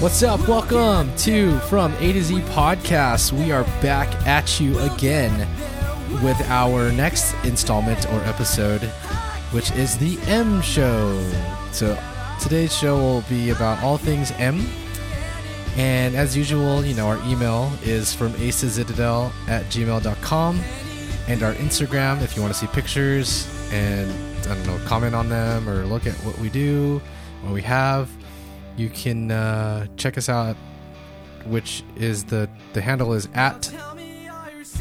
What's up? Welcome to From A to Z Podcast. We are back at you again with our next installment or episode, which is the M Show. So today's show will be about all things M. And as usual, you know, our email is from acezitadel at gmail.com and our Instagram if you want to see pictures and, I don't know, comment on them or look at what we do, what we have. You can uh, check us out, which is the, the handle is at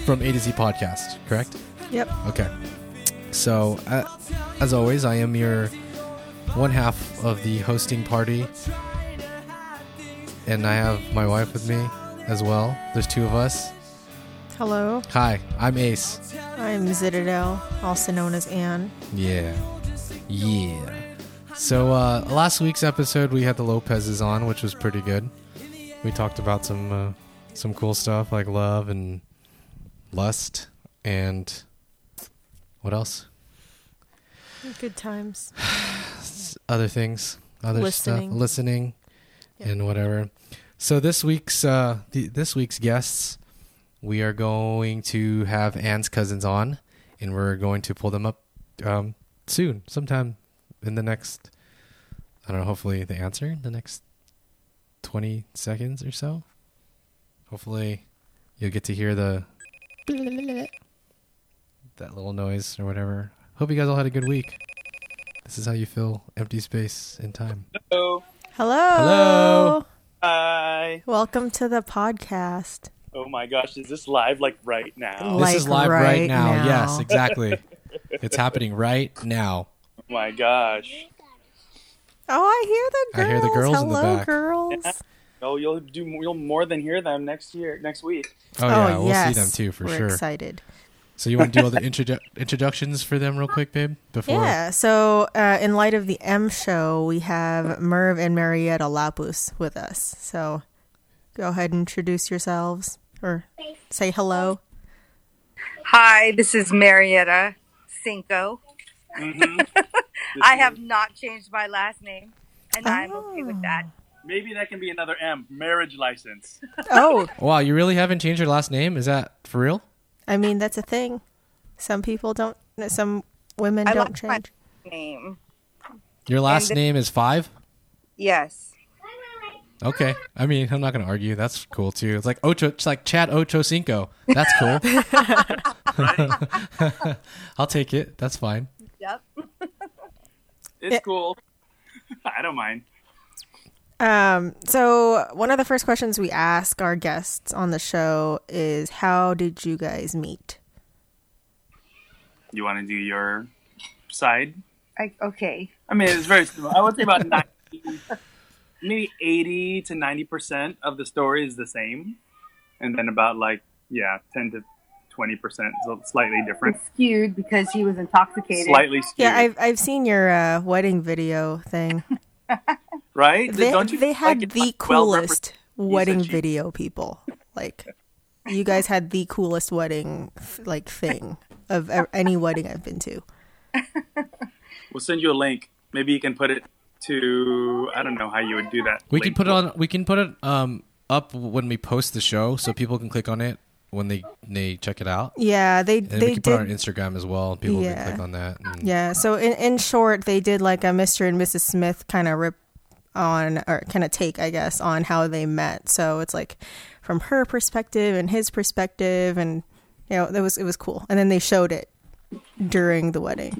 from A to Z podcast, correct? Yep. Okay. So, uh, as always, I am your one half of the hosting party, and I have my wife with me as well. There's two of us. Hello, Hi, I'm Ace. I'm Zitadel, also known as Anne. Yeah. Yeah. So, uh, last week's episode, we had the Lopez's on, which was pretty good. We talked about some uh, some cool stuff like love and lust and what else? Good times. other things, other Listening. stuff, listening, Yep. and whatever. So this week's uh, the, this week's guests, we are going to have Anne's cousins on, and we're going to pull them up um, soon, sometime in the next. I don't know. Hopefully, the answer the next twenty seconds or so. Hopefully, you'll get to hear the that little noise or whatever. Hope you guys all had a good week. This is how you fill empty space in time. Hello. Hello. Hello. Hi. Welcome to the podcast. Oh my gosh, is this live like right now? This is Like live right, right now. now. Yes, exactly. it's happening right now. Oh my gosh. Oh, I hear the girls. I hear the girls in the Hello, back. girls. Oh, you'll do you'll more than hear them next year, next week. Oh, yeah, oh, we'll yes. see them too for We're sure. excited. So you want to do all the introdu- introductions for them real quick, babe? Before Yeah. So, uh, in light of the M show, we have Merv and Marietta Lapus with us. So, go ahead and introduce yourselves or say hello. Hi, this is Marietta Cinco. Mm-hmm. I have not changed my last name, and I'm okay Oh, with that. Maybe that can be another M, marriage license. Oh, wow, you really haven't changed your last name? Is that for real? I mean that's a thing. Some people don't. Some women I don't like my change. name. Your last the- name is Five. Yes. Okay, I mean I'm not gonna argue. That's cool too. It's like Ocho, it's like Chad Ocho Cinco. That's cool. I'll take it. That's fine. Yep. It's Yeah. cool. I don't mind. Um, so one of the first questions we ask our guests on the show is, "How did you guys meet?" You want to do your side? I, okay. I mean, it's very similar. I would say about 90, maybe 80 to 90% of the story is the same. And then about like, yeah, 10 to 20% is slightly different. It's skewed because he was intoxicated. Slightly skewed. Yeah, I've I've seen your uh, wedding video thing. right? They Don't you they feel had like it's, the like, well represented? coolest wedding She's a G. video people. Like, you guys had the coolest wedding f- like thing of e- any wedding I've been to. We'll send you a link. Maybe you can put it to I don't know how you would do that. We can put it on. We can put it um up when we post the show, so people can click on it when they they check it out. Yeah, they And we they can did. put it on Instagram as well. and People Yeah. can click on that. and- Yeah. So in, in short, they did like a Mr. and Mrs. Smith kind of rip on or kind of take, I guess, on how they met. So it's like from her perspective and his perspective, and you know, it was it was cool. And then they showed it during the wedding.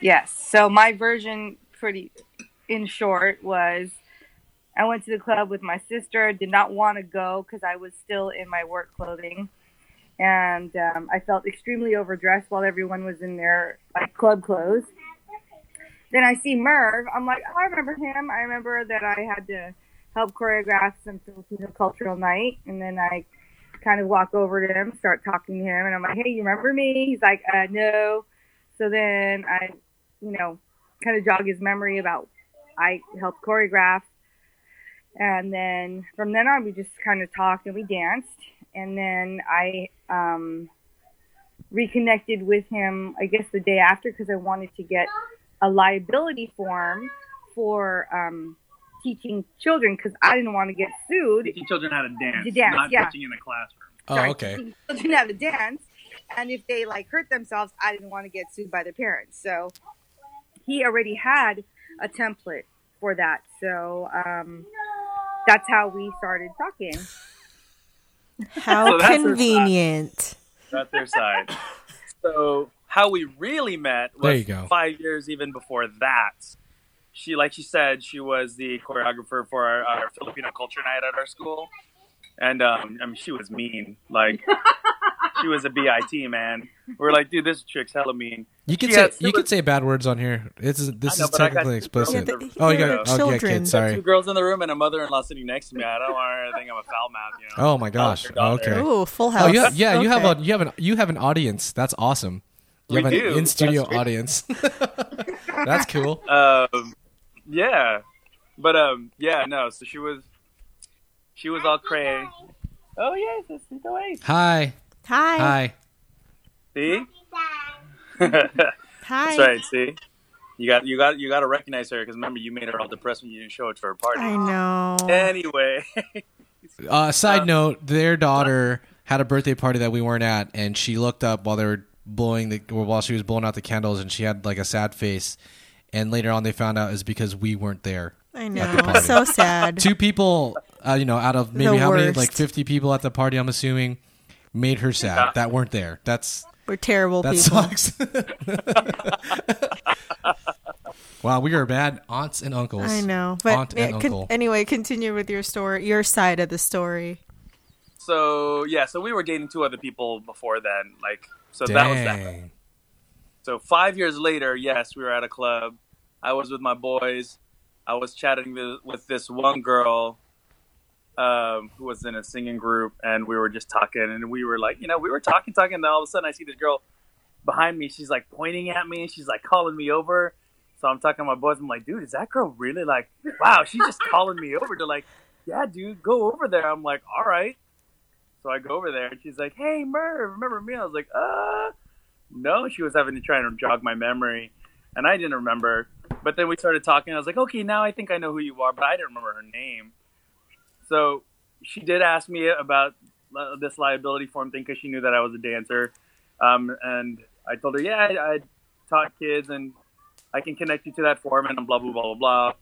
Yes. So my version, pretty in short, was I went to the club with my sister. Did not want to go because I was still in my work clothing, and um, I felt extremely overdressed while everyone was in their like club clothes. Then I see Merv. I'm like, oh, I remember him. I remember that I had to help choreograph some Filipino cultural night, and then I kind of walk over to him, start talking to him, and I'm like, hey, you remember me? He's like, uh, no. So then I, you know, kind of jog his memory about I helped choreograph. And then from then on, we just kind of talked and we danced. And then I um, reconnected with him, I guess, the day after because I wanted to get a liability form for um, teaching children because I didn't want to get sued. Teaching children how to dance, To dance, not yeah. teaching in a classroom. Oh, Sorry, okay. teaching Children how to dance, and if they like hurt themselves, I didn't want to get sued by their parents. So he already had a template for that. So um, that's how we started talking. How So that's her side. convenient. That's their side. so how we really met was There you go. five years even before that. She, like she said, she was the choreographer for our, our Filipino culture night at our school, and um, I mean, she was mean. Like she was a bit man. We're like, dude, this chick's hella mean. You can She say had you can super- say bad words on here. This is this I know, is but I got technically two explicit. girls. Yeah, oh, you they're got oh, yeah, children. kids. Two Sorry. girls in the room and a mother-in-law sitting next to me. I don't want her to think I'm a foul mouth. You know? Oh my gosh. Your daughter. Okay. Ooh, full Oh, house. you have, yeah. You have Okay. a you have an you have an audience. That's awesome. You We have an do. in studio That's great. audience. That's cool. um, yeah, but um, yeah, no. So she was, she was all cray. Oh yes, it's sneak away. Hi. Hi. Hi. Hi. See, that's right. See, you got you got you got to recognize her because remember you made her all depressed when you didn't show it to her party. I know. Anyway, Uh, side Uh, note: Their daughter had a birthday party that we weren't at, and she looked up while they were blowing the or while she was blowing out the candles, and she had like a sad face. And later on, they found out is because we weren't there. I the know. party. So sad. Two people, uh, you know, out of maybe The how many, worst. like fifty people at the party, I'm assuming, made her sad Yeah. that weren't there. That's We're terrible that people. sucks. wow, we are bad aunts and uncles. I know. But aunt and yeah, con- uncle. anyway, continue with your story, your side of the story. so yeah, so we were dating two other people before then. Like, so Dang. that was that. So five years later, yes, we were at a club. I was with my boys. I was chatting with, with this one girl um, who was in a singing group, and we were just talking. And we were like, you know, we were talking, talking. And then all of a sudden, I see this girl behind me. She's like pointing at me, and she's like calling me over. So I'm talking to my boys. I'm like, dude, is that girl really like, wow, she's just calling me over to like, yeah, dude, go over there. I'm like, all right. So I go over there, and she's like, hey, Merv, remember me? I was like, uh, no, she was having to try and jog my memory, and I didn't remember. But then we started talking. I was like, okay, now I think I know who you are, but I didn't remember her name. So she did ask me about uh, this liability form thing because she knew that I was a dancer, um, and I told her, yeah, I, I taught kids, and I can connect you to that form, and blah blah blah blah blah.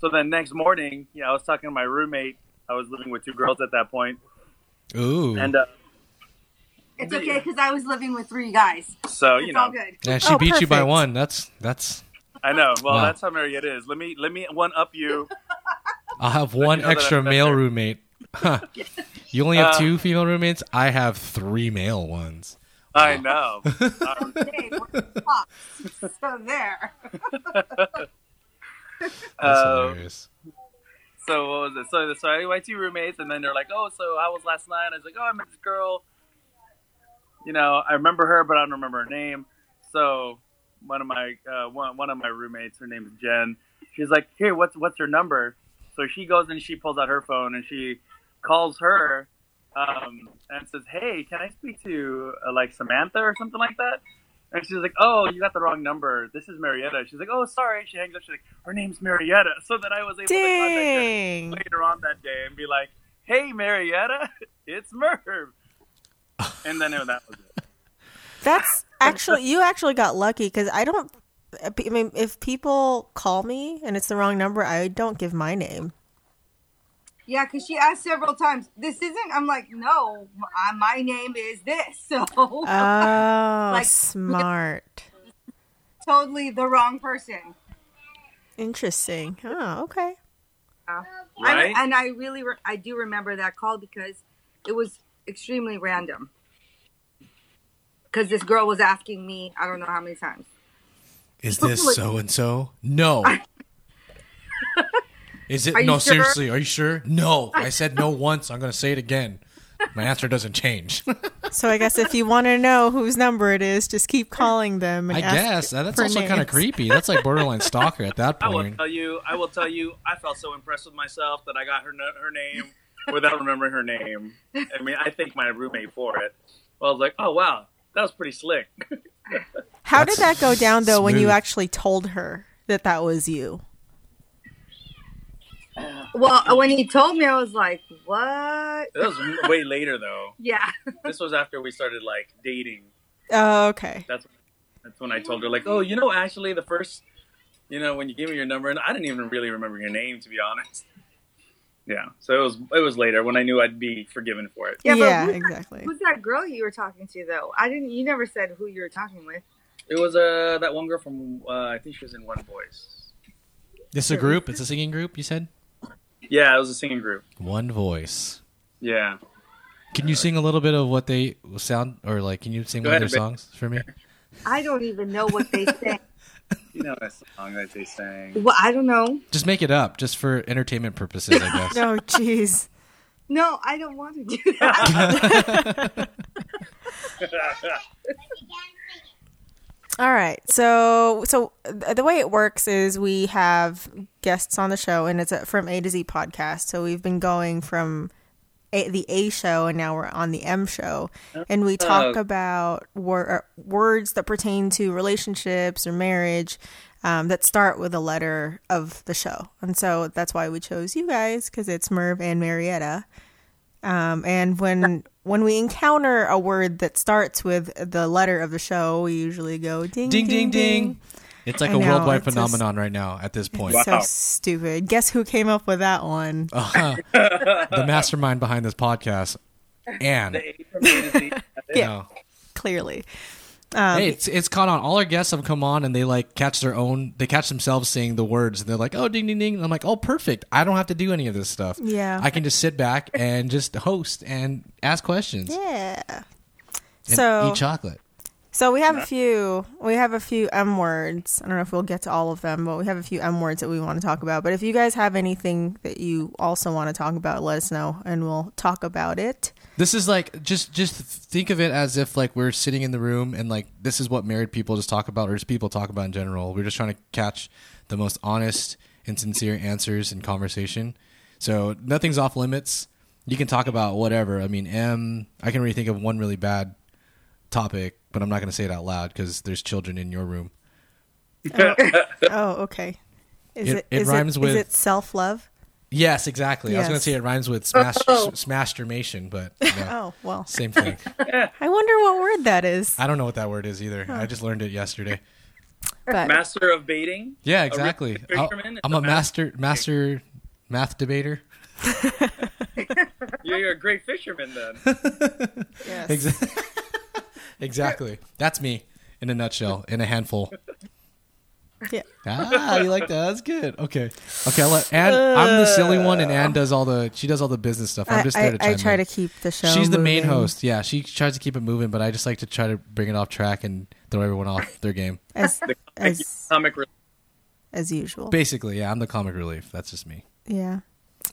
So then next morning, yeah, I was talking to my roommate. I was living with two girls at that point, Ooh, and uh, It's okay because I was living with three guys. so you It's know, all good. and she Oh, beat you by perfect. one. That's that's. I know. Well, Wow. that's how merry it is. Let me let me one up you. I'll have one know that extra I'm male better. roommate. Huh. You only have Uh, two female roommates. I have three male ones. I know. Um, Hey, we're cops. so there. That's Uh, hilarious. so what was it? So so I had two roommates, and then they're like, "Oh, so how was last night?" I was like, "Oh, I met this girl. You know, I remember her, but I don't remember her name." So one of my uh, one one of my roommates, her name is Jen. She's like, "Here, what's what's her number?" So she goes and she pulls out her phone and she calls her um, and says, "Hey, can I speak to uh, like Samantha or something like that?" And she's like, "Oh, you got the wrong number. This is Marietta." She's like, "Oh, sorry." She hangs up. She's like, "Her name's Marietta." So then I was able to contact her Dang. later on that day and be like, "Hey, Marietta, it's Merv," and then it, that was it. That's actually you actually got lucky because I don't. I mean, if people call me and it's the wrong number, I don't give my name. Yeah, because she asked several times, this isn't, I'm like, no, I, my name is this. So Oh, Like- smart. totally the wrong person. Interesting. Oh, okay. I re- Right? and I really, re- I do remember that call because it was extremely random. Because this girl was asking me, I don't know how many times. Is this so and so? No. Is it Are you no? sure? Seriously, are you sure? No. I said no once. I'm going to say it again. My answer doesn't change. So I guess if you want to know whose number it is, just keep calling them. And I ask guess Uh, that's for also kind of names. creepy. That's like borderline stalker at that I will point. tell you. I will tell you. I felt so impressed with myself that I got her n- her name without remembering her name. I mean, I thank my roommate for it. Well, I was like, "Oh wow, that was pretty slick." How did that That's go down though when you smooth. actually told her that that was you? Well, uh, when he told me, I was like, "What?" That was way later though. Yeah. This was after we started like dating. Oh, okay. That's that's when I told her like, oh, you know, actually, the first, you know, when you gave me your number, and I didn't even really remember your name to be honest. Yeah. So it was it was later when I knew I'd be forgiven for it. Yeah, Yeah, but who's that- exactly. Who's that girl you were talking to though? I didn't. You never said who you were talking with. It was uh that one girl from uh, I think she was in One Voice. This is a group. It's a singing group. You said Yeah, it was a singing group. one voice. Yeah. Can you sing a little bit of what they sound or like? Can you sing Go one of their ahead, babe. songs for me? I don't even know what they sang. You know that song that they sang. well, I don't know. Just make it up, just for entertainment purposes, I guess. No, Oh, jeez. No, I don't want to do that. All right. So, so th- the way it works is we have guests on the show, and it's a from A to Z podcast. So we've been going from a, the A show, and now we're on the M show, and we talk Oh. about wor- uh, words that pertain to relationships or marriage um, that start with a letter of the show, and so that's why we chose you guys because it's Merv and Marietta. Um, and when when we encounter a word that starts with the letter of the show, we usually go ding Ding ding ding. It's like I a know, worldwide it's just- phenomenon right now at this point. Wow. So stupid. Guess who came up with that one? Uh-huh. the mastermind behind this podcast. And The A from A to Z. Yeah. Um, No. Clearly, hey, it's it's caught on. All our guests have come on and they like catch their own. They catch themselves saying the words and they're like, "Oh, ding ding ding." And I'm like, "Oh, perfect. I don't have to do any of this stuff. Yeah. I can just sit back and just host and ask questions yeah. and So eat chocolate." So we have a few. We have a few M words. I don't know if we'll get to all of them, but we have a few M words that we want to talk about. But if you guys have anything that you also want to talk about, let us know, and we'll talk about it. This is like just just think of it as if like we're sitting in the room and like this is what married people just talk about or just people talk about in general. We're just trying to catch the most honest and sincere answers in conversation. So nothing's off limits. You can talk about whatever. I mean, M. I can really think of one really bad topic, but I'm not going to say it out loud because there's children in your room. Oh, okay. Is It- it? it is rhymes it, with- self love? Yes, exactly. I was going Yes. to say it rhymes with smash smashtermation, but no, Oh well. same thing. I wonder what word that is. I don't know what that word is either. I just learned it yesterday. But Master of baiting. Yeah, real exactly. I'll- fisherman is I'm a a master master math debater. You're, you're a great fisherman then. yes. Exa- exactly. That's me in a nutshell, in a handful. Yeah. Ah, you like that? That's good. Okay. Okay, I'll let Anne I'm the silly one and Anne does all the she does all the business stuff. I'm I, just I, there to chime I try in. to keep the show. She's the main moving. host. Yeah, she tries to keep it moving, but I just like to try to bring it off track and throw everyone off their game. as as Comic relief. as usual. Basically, yeah, I'm the comic relief. That's just me. yeah.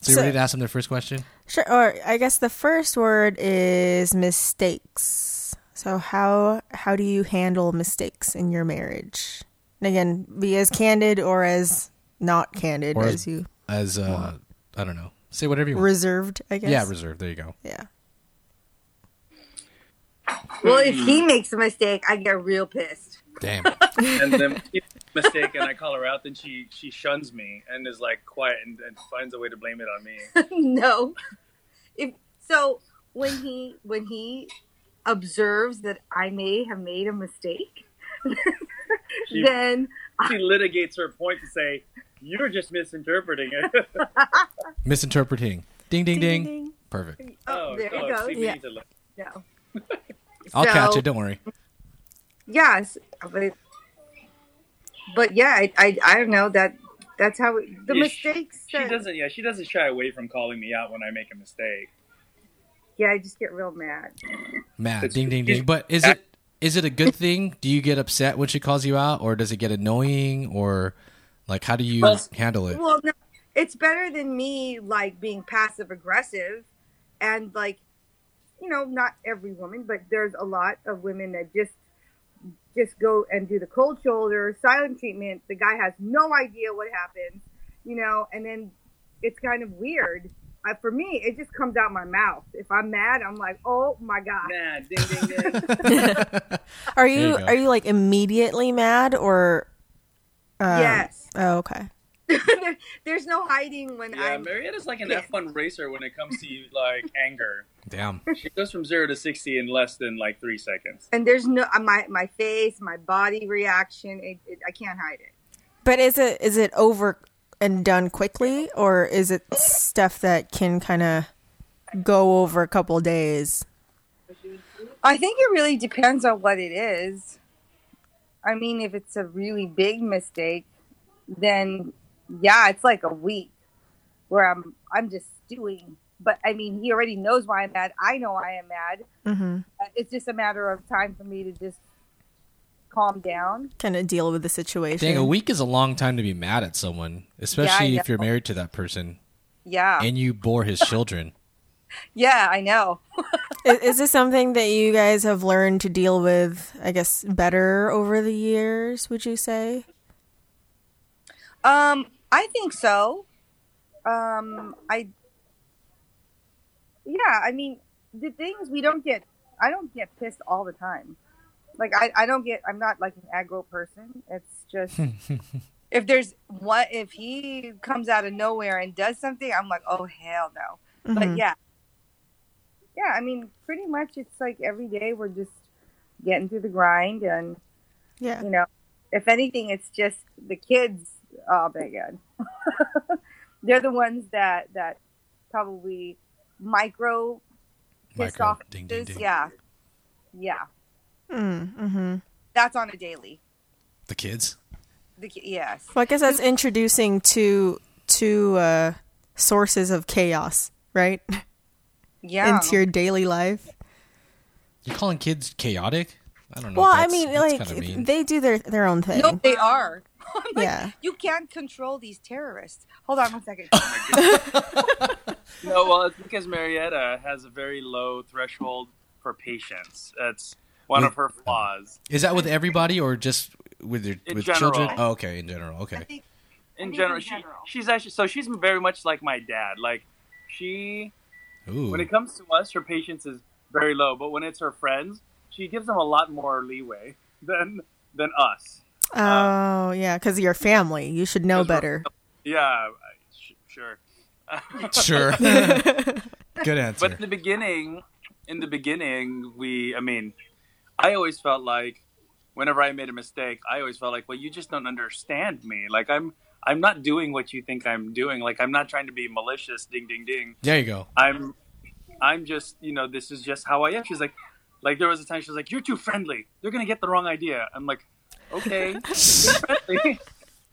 So you So- ready to ask them their first question? Sure. Or I guess the first word is mistakes. So how how do you handle mistakes in your marriage? And again, be as candid or as not candid Or as, as- you As uh I don't know. Say whatever you want. reserved. I guess. Yeah, reserved. There you go. yeah. well, if he makes a mistake, I get real pissed. Damn. and then if she's mistaken I call her out, then she she shuns me and is like quiet and, and finds a way to blame it on me. no. If so, when he when he observes that I may have made a mistake, She- then She litigates her point to say, You're just misinterpreting it. Misinterpreting. Ding ding ding. Ding, ding. Perfect. oh, there oh, it goes. see, we Yeah. need to look. No. I'll So- catch it. Don't worry. Yes, but but yeah, I I, I don't know that that's how it, the Yeah, she- mistakes. She that- doesn't yeah, she doesn't shy away from calling me out when I make a mistake. Yeah, I just get real mad. Mad. It's- Ding ding ding. But is it is it a good thing? Do you get upset when she calls you out, or does it get annoying, or like how do you Well, handle it? Well, no, it's better than me like being passive aggressive, and like, you know, not every woman, but there's a lot of women that just just go and do the cold shoulder, silent treatment. The guy has no idea what happened, you know, and then it's kind of weird. Uh, for me, it just comes out my mouth. If I'm mad, I'm like, oh my god. Nah, ding ding ding. Are you, you go. are you like immediately mad or? Um, Yes. Oh, okay. There- There's no hiding when Yeah, I'm. Marietta's like an Yeah. F1 racer when it comes to like anger. Damn. She goes from zero to sixty in less than like three seconds. and there's no uh, my my face, my body reaction. It, it, I can't hide it. But is it is it over and done quickly, or is it stuff that can kind of go over a couple days? I think it really depends on what it is. I mean, if it's a really big mistake, then yeah, it's like a week where I'm I'm just stewing. But I mean, he already knows why I'm mad. I know I am mad. Mm-hmm. Uh, It's just a matter of time for me to just calm down. Kind of deal with the situation. Dang, a week is a long time to be mad at someone, especially Yeah, I if you're know. married to that person Yeah, and you bore his children. yeah, I know. I- is, this something that you guys have learned to deal with? I guess better over the years. Would you say? Um, I think so. Um, I, yeah, I mean, the things we don't get, I don't get pissed all the time. Like, I, I don't get, I'm not like an aggro person. It's just, if there's what, if he comes out of nowhere and does something, I'm like, oh, hell no. Mm-hmm. But yeah. Yeah, I mean, pretty much it's like every day we're just getting through the grind and yeah. you know if anything it's just the kids oh my god they're the ones that that probably micro pissed Micro. off uh, Ding, ding, ding. yeah yeah Mm-hmm. that's on a daily The kids? the, ki- yes Well, I guess that's introducing to to uh, sources of chaos, right? yeah Into your daily life. You're calling kids chaotic? I don't know. Well, I That's- mean, that's like kinda mean. they do their their own thing. no they are I'm like, Yeah. you can't control these terrorists hold on one second No, well, it's because Marietta has a very low threshold for patience. That's one With- of her flaws. Is that with everybody or just with your In with general. children? Oh, okay, in general. Okay. In think in general, she, general. she's actually so she's very much like my dad. Like she, Ooh. when it comes to us, her patience is very low. But when it's her friends, she gives them a lot more leeway than than us. Oh, yeah, because your family, you should know 'Cause we're- better. Yeah, I- sh- sure. Sure. Good answer. But in the beginning, in the beginning, we, I mean, I always felt like whenever I made a mistake, I always felt like, well, you just don't understand me. Like I'm, I'm not doing what you think I'm doing. Like I'm not trying to be malicious. Ding, ding, ding. there you go. I'm, I'm just, you know, this is just how I am. She's like, like there was a time she was like, you're too friendly. They're gonna get the wrong idea. I'm like, okay. friendly.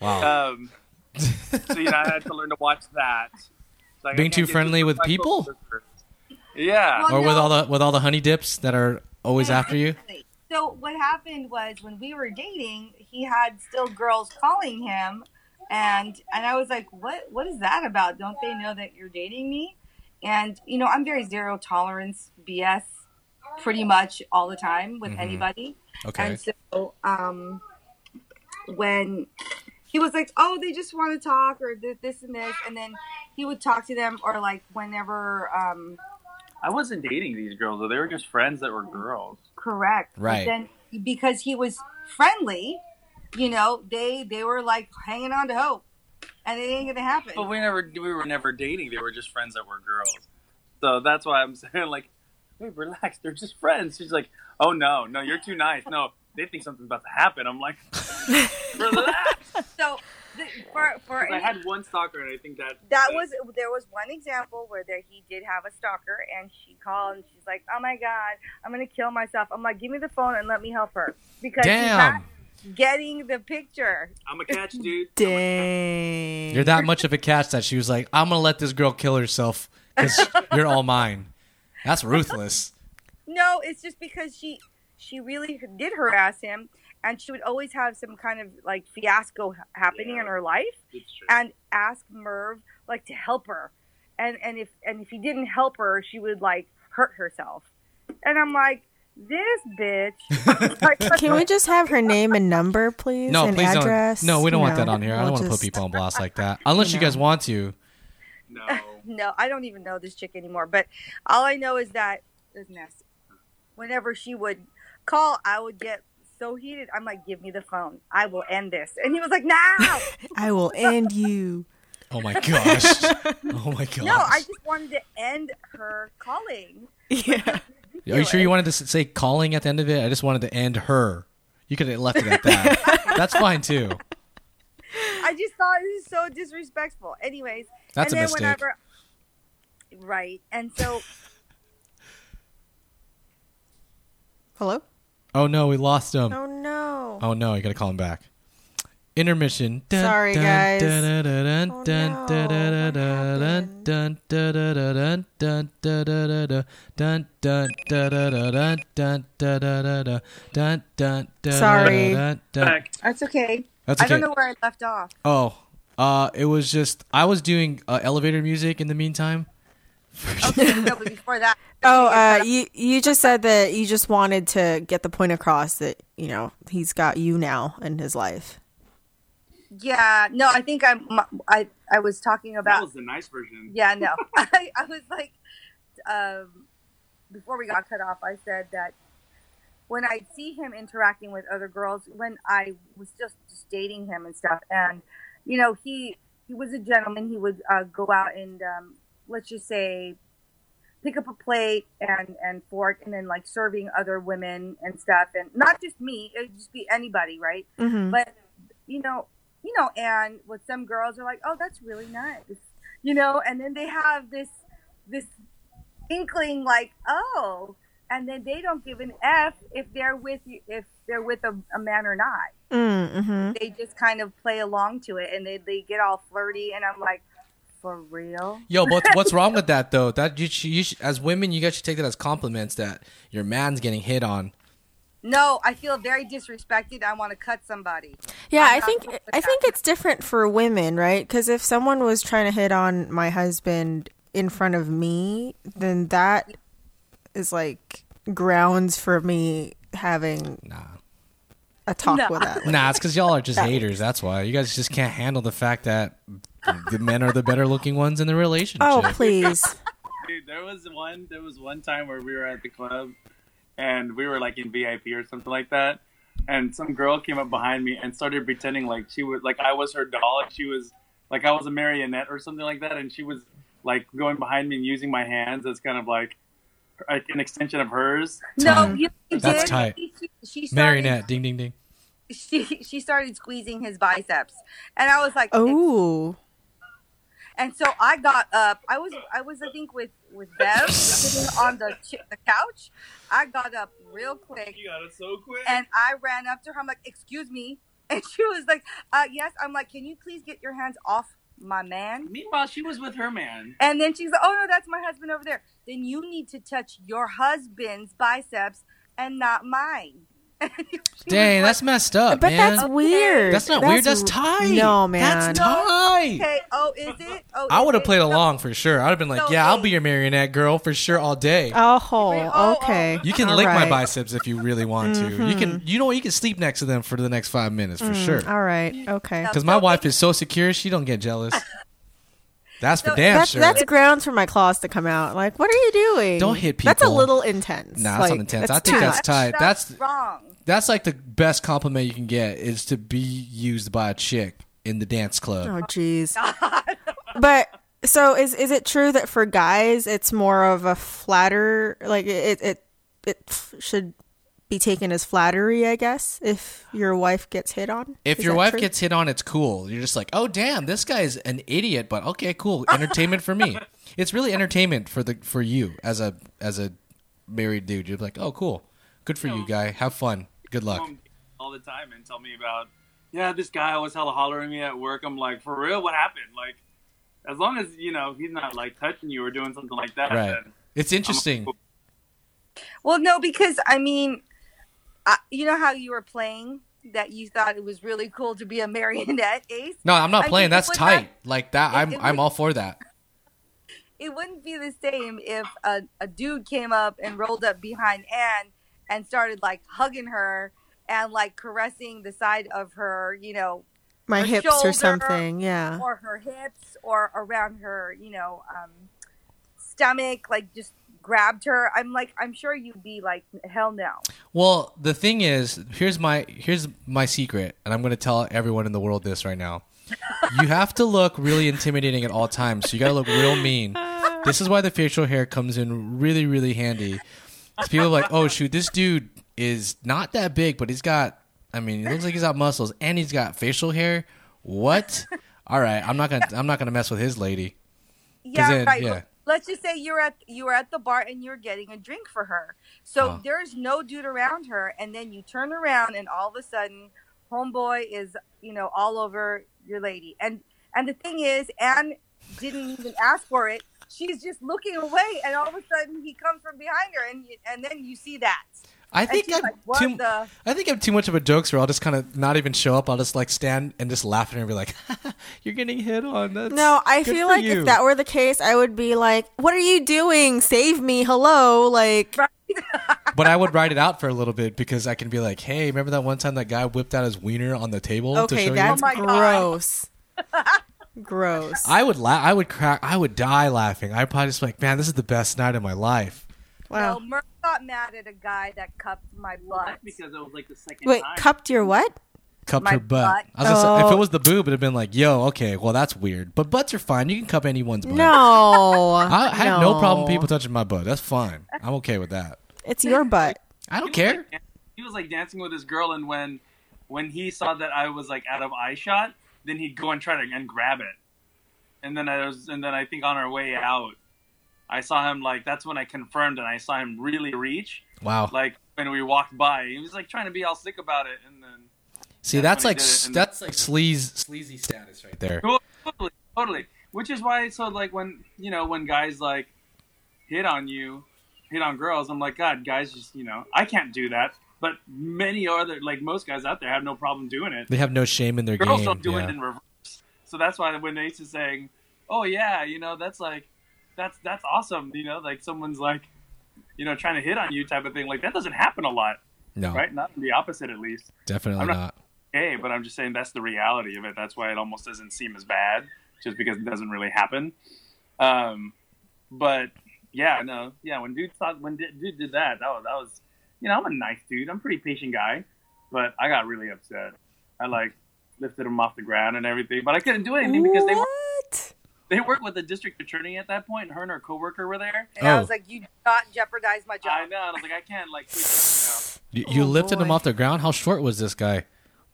Wow. um, so you know, I had to learn to watch that. It's like, I Being can't too get friendly with respectful people? with her. Yeah. Well, or with no. all the with all the honey dips that are always after you. So what happened was when we were dating, he had still girls calling him, and and I was like, what What is that about? Don't they know that you're dating me? And you know, I'm very zero tolerance BS, pretty much all the time with Mhm. anybody. Okay. And so um, when he was like, oh, they just want to talk or th- this and this, and then he would talk to them or like whenever. Um, I wasn't dating these girls, though. They were just friends that were girls. correct But Right. then because he was friendly you know they they were like hanging on to hope and it ain't gonna happen But we never, we were never dating. They were just friends that were girls. So that's why I'm saying, like, hey, relax. They're just friends. She's like, oh no, no, you're too nice. No, they think something's about to happen. I'm like, relax. so the, for for I had one stalker, and I think that that was there was one example where there he did have a stalker and she called and she's like oh my god i'm gonna kill myself i'm like give me the phone and let me help her because Damn. she's not getting the picture I'm a catch, dude. Dang. You're that much of a catch that she was like, "I'm gonna let this girl kill herself because you're all mine." That's ruthless. No, it's just because she she really did harass him, and she would always have some kind of like fiasco ha- happening in her life, It's true. and ask Merv like to help her, and and if and if he didn't help her, she would like hurt herself, and I'm like this bitch. Like, Can we just have her name and number, please? No, and please address? don't. No, we don't want No, that on here. I don't we'll want to put just- people on blast like that. Unless you know. guys want to. No, no, I don't even know this chick anymore. But all I know is that this mess. Whenever she would call, I would get so heated. I'm like, give me the phone. I will end this. And he was like, no, I will end you. Oh my gosh. oh my gosh. no. I just wanted to end her calling. Yeah. Are you sure you wanted to s- say calling at the end of it? I just wanted to end her. You could have left it at that. That's fine too. I just thought this is so disrespectful. Anyways, That's and a then mistake. whenever right, and so Hello? Oh no, we lost him. Oh no. Oh no, I gotta call him back. Intermission. Sorry, guys. Oh, no. What Sorry. Sorry. Back. that's okay. That's I don't okay. know where I left off. Oh, uh, it was just I was doing uh, elevator music in the meantime. No, but before that, Oh, uh, you you just said that you just wanted to get the point across that you know he's got you now in his life. yeah, no, I think I'm. I I was talking That about. was the nice version. Yeah, no, I, I was like, um, before we got cut off, I said that when I see him interacting with other girls, when I was just, just dating him and stuff, and you know, he he was a gentleman. He would uh, go out and um, let's just say pick up a plate and and fork, and then like serving other women and stuff, and not just me. It would just be anybody, right? Mm-hmm. but you know you know and with some girls are like oh that's really nice you know and then they have this this inkling like oh and then they don't give an f if they're with you if they're with a, a man or not Mm-hmm. they just kind of play along to it and they, they get all flirty and i'm like for real Yo, but what's wrong with that though? That you, sh- you sh- as women, you guys should take that as compliments that your man's getting hit on. no i feel very disrespected i want to cut somebody Yeah, I not think cool with I think that. it's different for women, right? Because if someone was trying to hit on my husband in front of me, then that is like grounds for me having Nah, a talk No. with that. Like, nah, it's because y'all are just haters. That's why you guys just can't handle the fact that the men are the better looking ones in the relationship. oh please! Dude, there was one. There was one time where we were at the club, and we were like in VIP or something like that. And some girl came up behind me and started pretending like she was like I was her doll. and She was like I was a marionette or something like that. And she was like going behind me and using my hands as kind of like like an extension of hers. no you you That's did tight. she, she started, Marionette, ding ding ding. she she started squeezing his biceps and i was like Oh, And so I got up. I was I was I think with with Bev sitting on the ch- the couch. I got up real quick You got it so quick. and I ran up to her. I'm like, "Excuse me," and she was like, uh, "Yes." I'm like, "Can you please get your hands off my man?" Meanwhile, she was with her man. And then she's like, "Oh no, that's my husband over there." Then you need to touch your husband's biceps and not mine. Dang, that's messed up, but man. that's weird. That's not weird. That's tight. No, man. That's tight. Okay. Oh, is it? Oh, I is would have it? played No. along for sure. I'd have been like, So yeah, I'll eight. be your marionette girl for sure all day. oh, Oh, oh. okay. You can All lick my right. biceps if you really want to. You can, Mm-hmm. you know, what? you can sleep next to them for the next five minutes for sure. Mm, All right. Okay. Because my wife is so secure, she don't get jealous. That's for So damn That's sure. that's grounds for my claws to come out. Like, what are you doing? Don't hit That's a people. little intense. Nah, that's like, not intense. I that's think too that's much. tight. That's wrong. that's like the best compliment you can get is to be used by a chick in the dance club. Oh, jeez. but so is is it true that for guys it's more of a flatter? Like it it it f- should be taken as flattery, I guess. If your wife gets hit on, If Is your that wife true? gets hit on, it's cool. You're just like, oh damn, this guy is an idiot, but okay, cool. Entertainment for me. It's really entertainment for the for you as a as a married dude. You're like, oh cool, good for you, guy. Have fun. Good luck. Um, Mom all the time and tell me about yeah, this guy was hella hollering me at work. I'm like, for real, what happened? Like, as long as you know he's not like touching you or doing something like that, Right. then It's interesting. Well, no, because I mean, I, you know how you were playing that you thought it was really cool to be a marionette ace. No, I'm I not mean, playing. it That's would tight. not- Like that. it- I'm it I'm would- all for that. It wouldn't be the same if a, a dude came up and rolled up behind Anne and started like hugging her and like caressing the side of her, you know, my her hips shoulder or something, yeah. or her hips or around her, you know, um, stomach, like just grabbed her. I'm like, I'm sure you'd be like, hell no. Well, the thing is, here's my here's my secret, and I'm going to tell everyone in the world this right now. You have to look really intimidating at all times. So you got to look real mean. This is why the facial hair comes in really really handy. 'Cause people are like, "Oh shoot, this dude is not that big, but he's got I mean, he looks like he's got muscles and he's got facial hair. What? All right, I'm not going to I'm not going to mess with his lady." Yeah, then- right. yeah. Let's just say you're at you're at the bar and you're getting a drink for her. So Uh-huh. there's no dude around her, and then you turn around and all of a sudden, homeboy is you know all over your lady. And and the thing is, Anne didn't even ask for it. She's just looking away, and all of a sudden he comes from behind her, and you- and then you see that. I And think she's I'm like, "What too, the-" I think I'm too much of a jokester. I'll just kind of not even show up. I'll just like stand and just laugh at her and be like, "You're getting hit on." That's No, I good feel for like you." if that were the case, I would be like, "What are you doing? Save me! Hello!" Like, but I would write it out for a little bit because I can be like, "Hey, remember that one time that guy whipped out his wiener on the table?" to okay, show that's you? Oh my God. gross. gross. I would laugh. I would crack. I would die laughing. I'd probably just be like, "Man, this is the best night of my life." wow. Well, Merc got mad at a guy that cupped my butt. That's because it was like the second Wait, time. cupped your what? Cupped My her butt. butt. I was gonna say, if Oh. it was the boob, it'd have been like, "Yo, okay, well that's weird." But butts are fine. You can cup anyone's butt. No, I have no. problem people touching my butt. That's fine. I'm okay with that. It's your butt. I don't He was, care. like, dan- he was like dancing with his girl, and when when he saw that I was like out of eye shot, then he'd go and try to and grab it. And then I was, and then I think on our way out, I saw him like that's when I confirmed, and I saw him really reach. Wow. Like when we walked by, he was like trying to be all slick about it, and then See, that's, That's when like he did it, s and- that's like sleaze sleazy status right there. Well, totally, totally. Which is why, so like when you know when guys like hit on you, hit on girls, I'm like, God, guys, just you know, I can't do that. But many other, like most guys out there, have no problem doing it. They have no shame in their Girls game. don't do yeah. it in reverse. So that's why when Nate's is saying, "Oh yeah, you know, that's like, that's that's awesome," you know, like someone's like, you know, trying to hit on you type of thing. Like that doesn't happen a lot, no, right? Not the opposite, at least. definitely I'm not. not- Hey, but I'm just saying that's the reality of it. That's why it almost doesn't seem as bad, just because it doesn't really happen. Um, but yeah, no, yeah. When dude thought when di- dude did that, that was that was, you know, I'm a nice dude. I'm a pretty patient guy, but I got really upset. I like lifted him off the ground and everything, but I couldn't do anything because they wor- What? they worked with the district attorney at that point. Her and her coworker were there. And Oh. I was like, you do not jeopardize my I job. know. and I was like, I can't like. take this, You, you Oh, lifted him boy. off the ground. How short was this guy?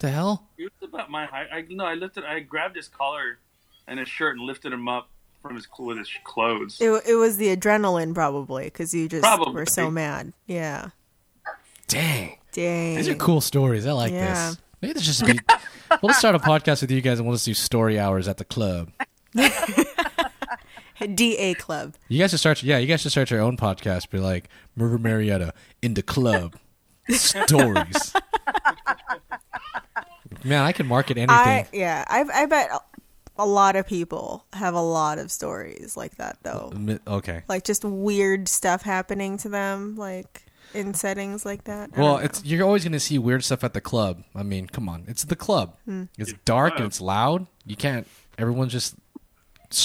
What the hell? You know. It was about my height. I no. I lifted. I grabbed his collar and his shirt and lifted him up from his with his clothes. It, it was the adrenaline, probably, because you just Probably. were so mad. Yeah. Dang, Dang. these are cool stories. I like Yeah. this. Maybe this just be. we'll just start a podcast with you guys, and we'll just do story hours at the club. DA club. You guys should start. Yeah, you guys should start your own podcast. Be like River Marietta in the club stories. Man, I can market anything. I yeah. I I bet a lot of people have a lot of stories like that though. Mi- okay. Like just weird stuff happening to them, like in settings like that. Uh, I Well, don't know. it's you're always going to see weird stuff at the club. I mean, come on, it's the club. Hmm. It's dark and it's loud. You can't. Everyone's just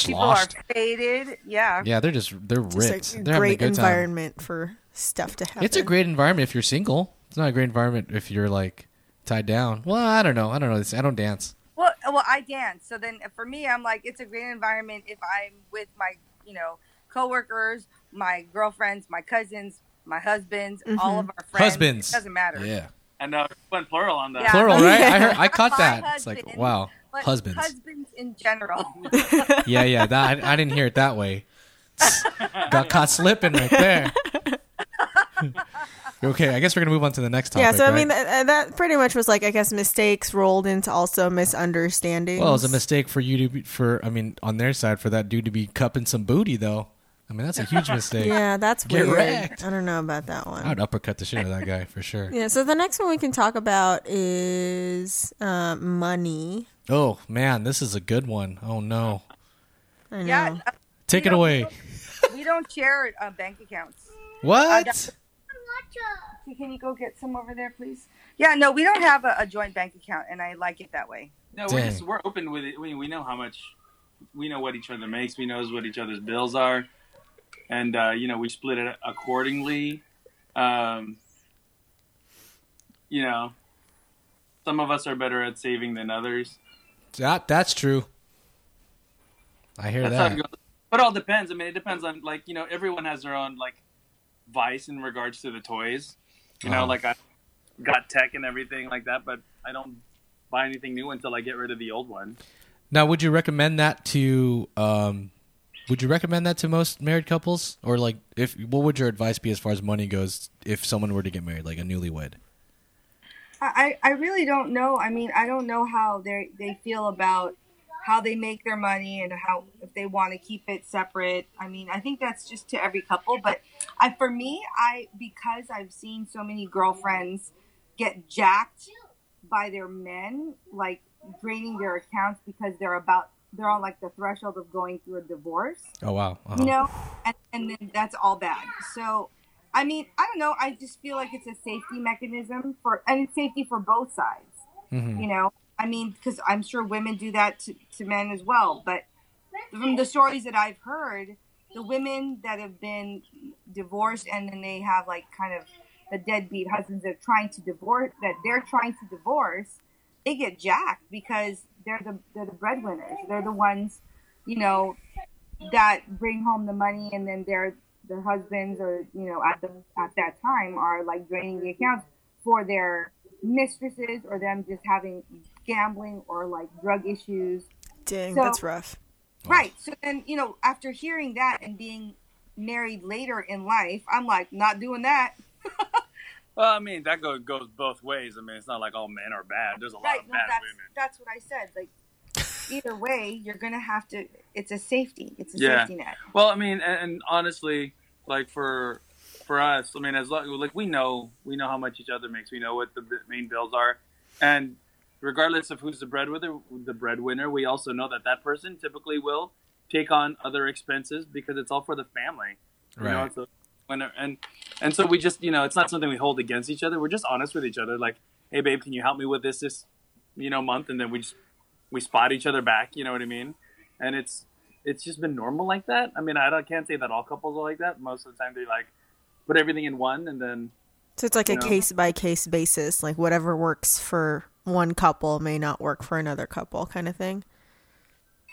People are sloshed. faded. Yeah. Yeah, they're just they're just ripped. a they're having a great good time. environment for stuff to happen. It's a great environment if you're single. It's not a great environment if you're like tied down. Well, I don't know. I don't know. It's- I don't dance. Well, uh, well, I dance. So then uh, for me, I'm like, it's a great environment if I'm with my, you know, coworkers, my girlfriends, my cousins, my husbands, all of our friends. Mm-hmm. Husbands It doesn't matter. Yeah, And uh, went plural on that. Yeah. plural, right? I heard. I caught My that. It's like husband. wow, But husbands. Husbands in general. Yeah, yeah. That I, I didn't hear it that way. Got caught slipping right there. okay, I guess we're gonna move on to the next topic. yeah, so I right? mean, th- uh, that pretty much was like I guess mistakes rolled into also misunderstandings. Well, it was a mistake for you to be, for I mean on their side for that dude to be cupping some booty though. I mean that's a huge mistake. Yeah, that's Get weird. wrecked. I don't know about that one. I'd uppercut the shit out of that guy for sure. Yeah, so the next one we can talk about is uh, money. Oh man, this is a good one. Oh no, I know. yeah. uh, take You it know- away. We don't share uh, bank accounts. What? Can you go get some over there, please? Yeah, no, we don't have a, a joint bank account, and I like it that way. No, we're Dang. just we're open with it. I mean, we know how much, we know what each other makes. We knows what each other's bills are. and uh, you know we split it accordingly. Um, you know, some of us are better at saving than others. That that's true. I hear That's how that. it goes. But it all depends. I mean, it depends on like you know everyone has their own like vice in regards to the toys. You know, Uh-huh. like I got tech and everything like that, but I don't buy anything new until I get rid of the old one. Now, would you recommend that to? Um, would you recommend that to most married couples, or like, if what would your advice be as far as money goes if someone were to get married, like a newlywed? I, I really don't know. I mean, I don't know how they they feel about how they make their money and how if they want to keep it separate. I mean, I think that's just to every couple. But I, for me, I because I've seen so many girlfriends get jacked by their men, like draining their accounts because they're about they're on like the threshold of going through a divorce Oh wow! Uh-huh. you know and, and then that's all bad so i mean i don't know i just feel like it's a safety mechanism for and it's safety for both sides Mhm. you know i mean because i'm sure women do that to, to men as well but from the stories that i've heard the women that have been divorced and then they have like kind of the deadbeat husbands that are trying to divorce that they're trying to divorce they get jacked because they're the they're the breadwinners they're the ones you know that bring home the money and then their the husbands or you know at the at that time are like draining the accounts for their mistresses or them just having gambling or like drug issues Dang, So- that's rough. right so then you know after hearing that and being married later in life i'm like not doing that Well, I mean that go, goes both ways. I mean, it's not like all men are bad. There's a lot right of no, bad that's women. that's what i said like either way you're gonna have to it's a safety it's a Yeah. safety net Well, I mean, and, and honestly, like for for us, I mean, as long, like we know we know how much each other makes. We know what the b- main bills are, and regardless of who's the breadwinner, the breadwinner, we also know that that person typically will take on other expenses because it's all for the family. You know, Right. it's a winner, and and so we just you know it's not something we hold against each other. We're just honest with each other. Like, hey, babe, can you help me with this this you know month? And then we just we spot each other back. You know what I mean? And it's it's just been normal like that. I mean, I don't, can't say that all couples are like that. Most of the time, they like put everything in one, and then So it's like a You know? case by case basis, like whatever works for one couple may not work for another couple, kind of thing.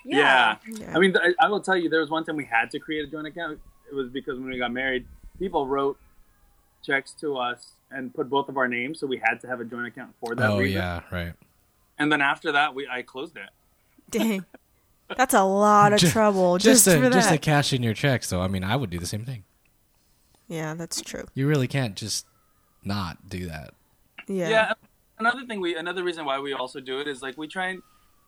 yeah. Yeah. I mean, I, I will tell you, there was one time we had to create a joint account. It was because when we got married, people wrote checks to us and put both of our names, so we had to have a joint account for that Oh reason. yeah, right. And then after that, we I closed it. Dang, that's a lot of Ju- trouble Just just, to, for just to that. cash in your checks, though. I mean, I would do the same thing. yeah, that's true. You really can't just not do that. Yeah, yeah another thing we another reason why we also do it is like we try and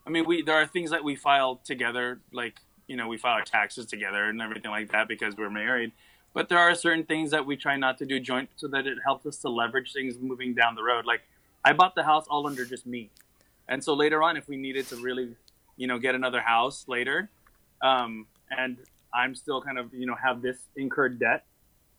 i mean we there are things that we file together like you know we file our taxes together and everything like that because we're married but there are certain things that we try not to do joint so that it helps us to leverage things moving down the road like i bought the house all under just me and so later on if we needed to really you know get another house later um, and i'm still kind of you know have this incurred debt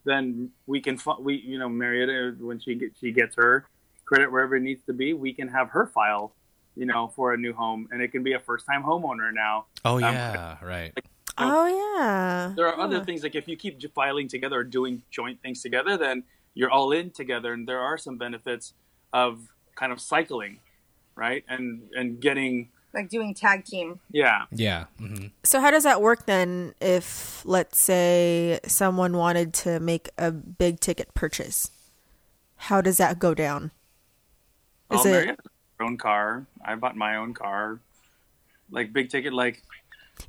then we can fi- we you know Marietta when she get, she gets her credit wherever it needs to be, we can have her file, you know, for a new home, and it can be a first time homeowner now. Oh Um, yeah, right. Oh yeah. There are other Huh. things like if you keep j- filing together or doing joint things together, then you're all in together, and there are some benefits of kind of cycling, right? And and getting like doing tag team yeah, Yeah. hmm So how does that work then? If let's say someone wanted to make a big ticket purchase, how does that go down? Is Oh, it- Marietta has her own car. I bought my own car, like big ticket, like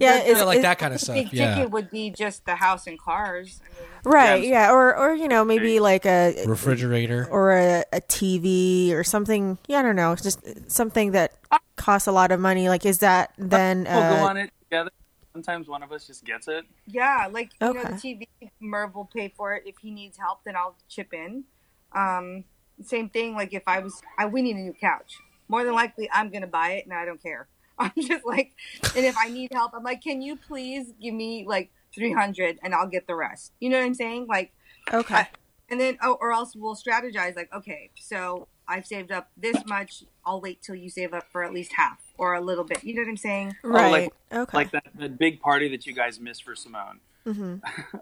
Yeah, Yeah, is, like is- that kind of the big stuff. Yeah. ticket would be just the house and cars I mean, right? Yeah. Yeah, or or you know maybe like a Refrigerator. or a, a TV or something. Yeah, I don't know. It's just something that costs a lot of money. Like, is that then? we'll go Uh, on it together. Sometimes one of us just gets it. Yeah, like you know, the Okay. TV Merv will pay for it if he needs help, then I'll chip in. Um, same thing, like if I was, I we need a new couch. More than likely, I'm gonna buy it, and I don't care. I'm just like, and if I need help, I'm like, can you please give me like 300, and I'll get the rest. You know what I'm saying? Like, okay. I- and then oh, or else we'll strategize. Like, okay, so I've saved up this much. I'll wait till you save up for at least half or a little bit. You know what I'm saying? Right. oh, like- okay. like that, that big party that you guys missed for Simone.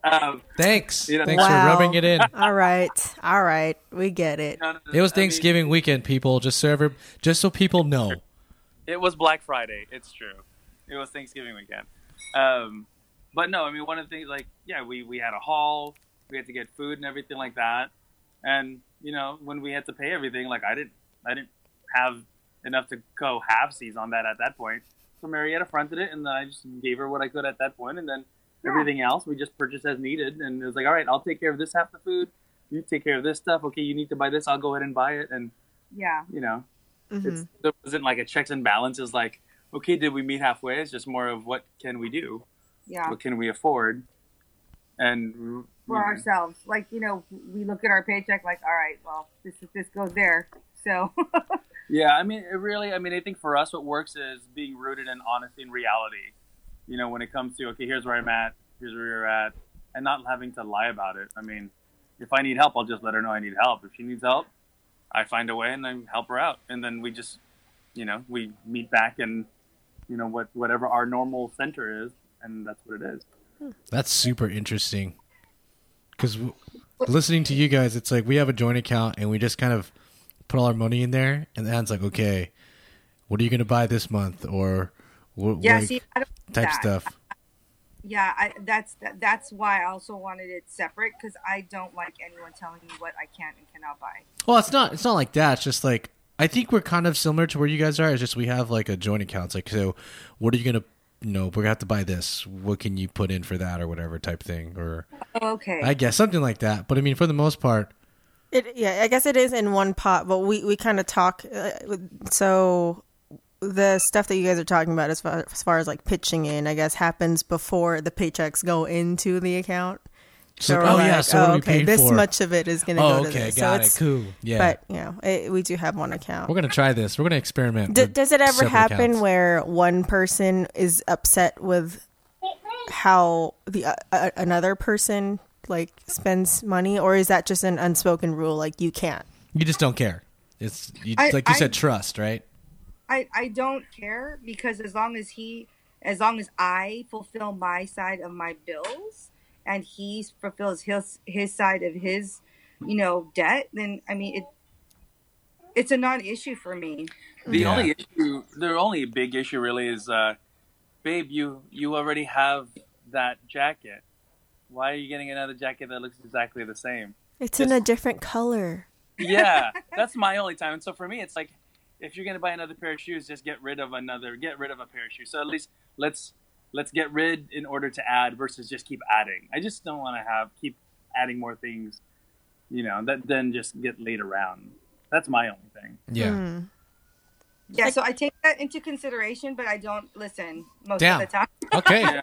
um, Thanks. You know- Thanks Wow. for rubbing it in. Mm-hmm. All right. All right. We get it. no, no, no, It was I mean, Thanksgiving weekend, people. Just so every, just so people know. it was Black Friday. It's true. It was Thanksgiving weekend. Um, but no, I mean, one of the things, like, yeah, we, we had a haul, we had to get food and everything like that. And, you know, when we had to pay everything, like, I didn't, I didn't have enough to go halvesies on that at that point. So Marietta fronted it, and then I just gave her what I could at that point, and then everything else we just purchased as needed. And it was like, all right, I'll take care of this half the food. You take care of this stuff. Okay, you need to buy this. I'll go ahead and buy it. And Yeah. you know, hmm Mm-hmm. it's, there wasn't like a checks and balances like okay did we meet halfway it's just more of what can we do Yeah. what can we afford and For ourselves. Like, you know, we look at our paycheck like, all right, well, this this goes there. So yeah i mean it really i mean i think for us what works is being rooted in honesty and reality you know when it comes to okay here's where i'm at here's where you're at and not having to lie about it i mean if i need help i'll just let her know i need help if she needs help i find a way and i help her out and then we just you know we meet back and you know what whatever our normal center is and that's what it is That's super interesting. Because listening to you guys, it's like we have a joint account and we just kind of put all our money in there, and Anne's like, "Okay, what are you going to buy this month?" Or what, yeah, like, see, I don't do type that. stuff. Yeah, I, that's that, that's why I also wanted it separate because I don't like anyone telling me what I can and cannot buy. Well, it's not. It's not like that. It's just like I think we're kind of similar to where you guys are. It's just we have like a joint account. It's like, so what are you going to? You know, we're gonna have to buy this. What can you put in for that, or whatever type thing, or Okay. I guess something like that. But I mean, for the most part, It, yeah, I guess it is in one pot, but we, we kind of talk. Uh, with- so the stuff that you guys are talking about, as far, as far as like pitching in, I guess happens before the paychecks go into the account. it's like, we're oh yeah, like, so what oh, are we okay, paying this for? much of it is going to oh, go to okay, this. got so it, it's, cool, yeah. But you know, it, we do have one account. We're gonna try this. We're gonna experiment. D- with does it ever separate happen accounts. where one person is upset with how the uh, uh, another person like spends money, or is that just an unspoken rule? Like you can't. you just don't care? It's you, I- like you I- said, trust, right? I, I don't care because as long as he as long as I fulfill my side of my bills and he fulfills his his side of his you know debt then I mean it it's a non-issue for me. The Yeah. only issue, the only big issue really is, uh, babe, you you already have that jacket. Why are you getting another jacket that looks exactly the same? It's in a different color. Yeah, that's my only time. And so for me, it's like, if you're gonna buy another pair of shoes, just get rid of another, get rid of a pair of shoes. So at least let's let's get rid in order to add versus just keep adding. I just don't want to have keep adding more things, you know, that then just get laid around. That's my only thing. Yeah. Hmm. Yeah, so I take that into consideration but I don't listen most Damn. of the time. Okay.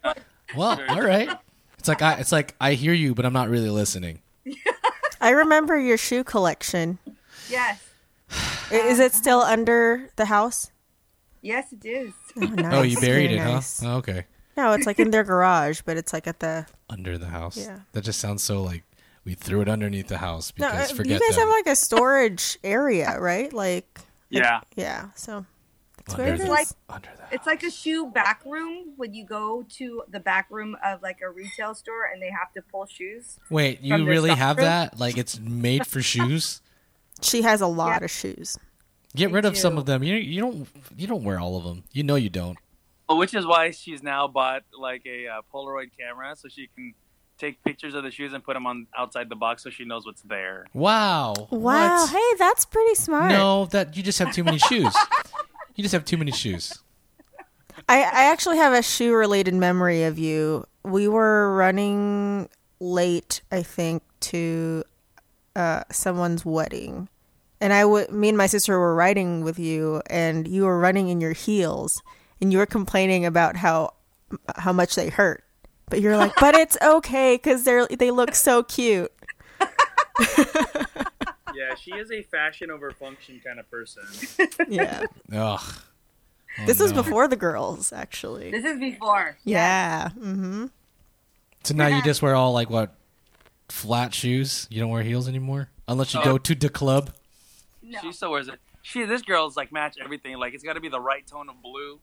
Well, all right. It's like I, it's like I hear you, but I'm not really listening. I remember your shoe collection. Yes. I- Is it still under the house? Yes it is. Oh, you nice. buried Very it, nice. huh? Oh, okay. No, it's like in their garage, but it's like at the. Under the house. Yeah. That just sounds so like we threw it underneath the house No, because uh, you forget guys that. have like a storage area, right? Like, Yeah. yeah. So that's under where it the, is. Like- under the It's like a shoe back room when you go to the back room of like a retail store and they have to pull shoes. Wait, you from their really stock have room. that? Like it's made for shoes? she has a lot of shoes. Get rid of some do. of them. You you don't you don't wear all of them. You know you don't. Well, which is why she's now bought like a uh, Polaroid camera so she can take pictures of the shoes and put them on outside the box so she knows what's there. Wow. Wow. What? Hey, that's pretty smart. No, that you just have too many shoes. You just have too many shoes. I, I actually have a shoe related memory of you. We were running late, I think, to uh, someone's wedding. And I would, me and my sister were riding with you, and you were running in your heels, and you were complaining about how how much they hurt. But you're like, but it's okay because they're they look so cute. Yeah, she is a fashion over function kind of person. Yeah, Ugh. Oh, this was no. before the girls, actually. This is before. Yeah. hmm So now you just wear all like what flat shoes. You don't wear heels anymore unless you Uh, go to the club. No. She still wears it. She, this girl's like match everything. Like it's got to be the right tone of blue,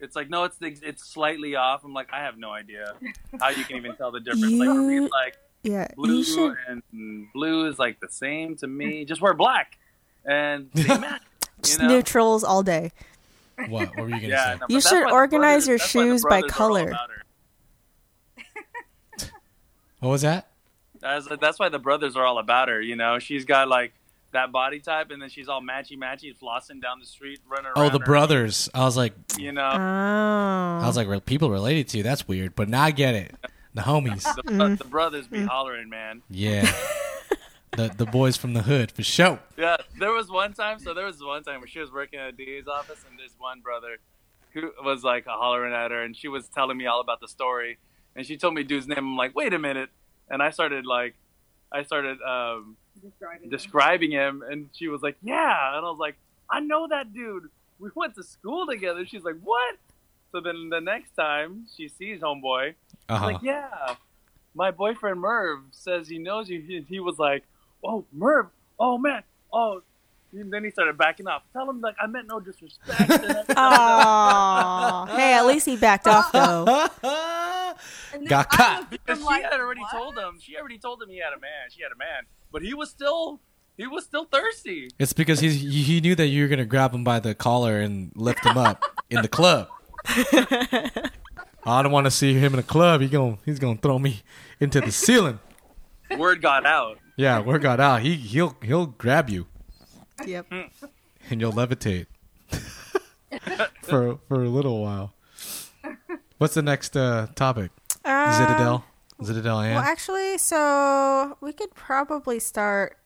It's like no, it's the, it's slightly off. I'm like, I have no idea how you can even tell the difference. You- Like, for me, like Yeah, blue you should. and blue is like the same to me. Just wear black, and they match. You Just know? neutrals all day. What? What were you gonna Yeah, say? no, but You that's should why the organize brothers- your that's why the shoes by brothers are all color. about her. What was that? That's, that's why the brothers are all about her. You know, she's got like that body type, and then she's all matchy matchy, flossing down the street, running Oh, around. the her, brothers. I was like, You Oh, know, I was like, "Re- people related to you. That's weird, but now I get it. The homies. the, the brothers be hollering, man. Yeah. the the boys from the hood for sure. Yeah, there was one time. So there was one time where she was working at a DA's office, and there's one brother who was like hollering at her, and she was telling me all about the story, and she told me dude's name. I'm like, wait a minute, and I started like, I started um, Describing describing him, and she was like, yeah, and I was like, I know that dude. We went to school together. She's like, what? So then the next time she sees homeboy, Uh huh. like, yeah, my boyfriend Merv says he knows you. He, he was like, oh, Merv, oh man, oh. And then he started backing off. Tell him like I meant no disrespect. And I- Aw. hey, at least he backed off though. And then Got I caught. looked at Because him she like, had already "What?" told him. She already told him he had a man. She had a man, but he was still he was still thirsty. It's because he's he he knew that you were gonna grab him by the collar and lift him up in the club. I don't want to see him in a club. He going he's gonna throw me into the ceiling. Word got out. Yeah, word got out. He he'll he'll grab you yep. and you'll levitate for for a little while. What's the next uh, topic? Zitadel. Zitadel. Ann? Uh, Well, actually, so we could probably start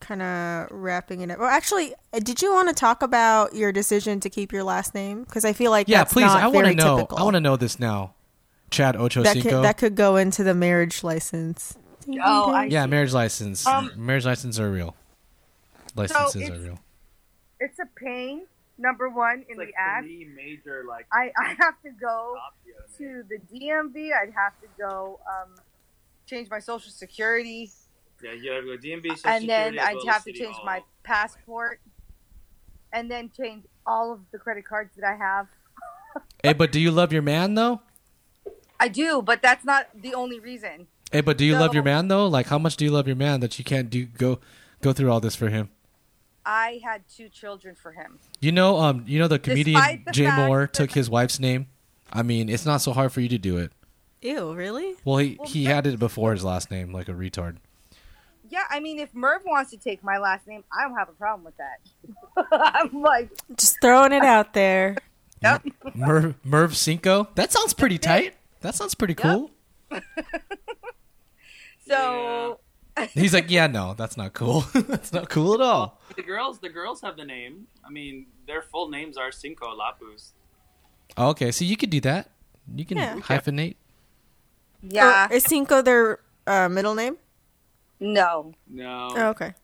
kind of wrapping it up. Well, actually, uh, did you want to talk about your decision to keep your last name? Because I feel like yeah, that's please. Not I want to very know. Typical. I want to know this now. Chad Ocho That could, Cinco. that could go into the marriage license. Oh, I yeah, marriage license. Um, marriage license are real. Licenses are it's- real. It's a pain. Number one in Like the act. three major like I I have to go options. to the DMV. I'd have to go um, change my social security, Yeah, you gotta go DMV. Social and then Security, as I'd well as have to City change Hall. my passport, and then change all of the credit cards that I have. Hey, but do you love your man though? I do, but that's not the only reason. Hey, but do you love your No. man though? Like, how much do you love your man that you can't do go go through all this for him? I had two children for him. You know, um, you know the comedian Despite the Jay fact Moore that- took his wife's name. I mean, it's not so hard for you to do it. Ew, really? Well, he Well, he had it before his last name, like a retard. Yeah, I mean, if Merv wants to take my last name, I don't have a problem with that. I'm like, Just throwing it out there. Yep. Merv Merv Cinco. That sounds pretty tight. That sounds pretty cool. so He's like, yeah, no, that's not cool. that's not cool at all. The girls, the girls have the name. I mean, their full names are Cinco Lapus. Okay, so you could do that. You can Yeah. hyphenate. yeah, Or Oh, is Cinco their uh, middle name? no, No, Oh, okay.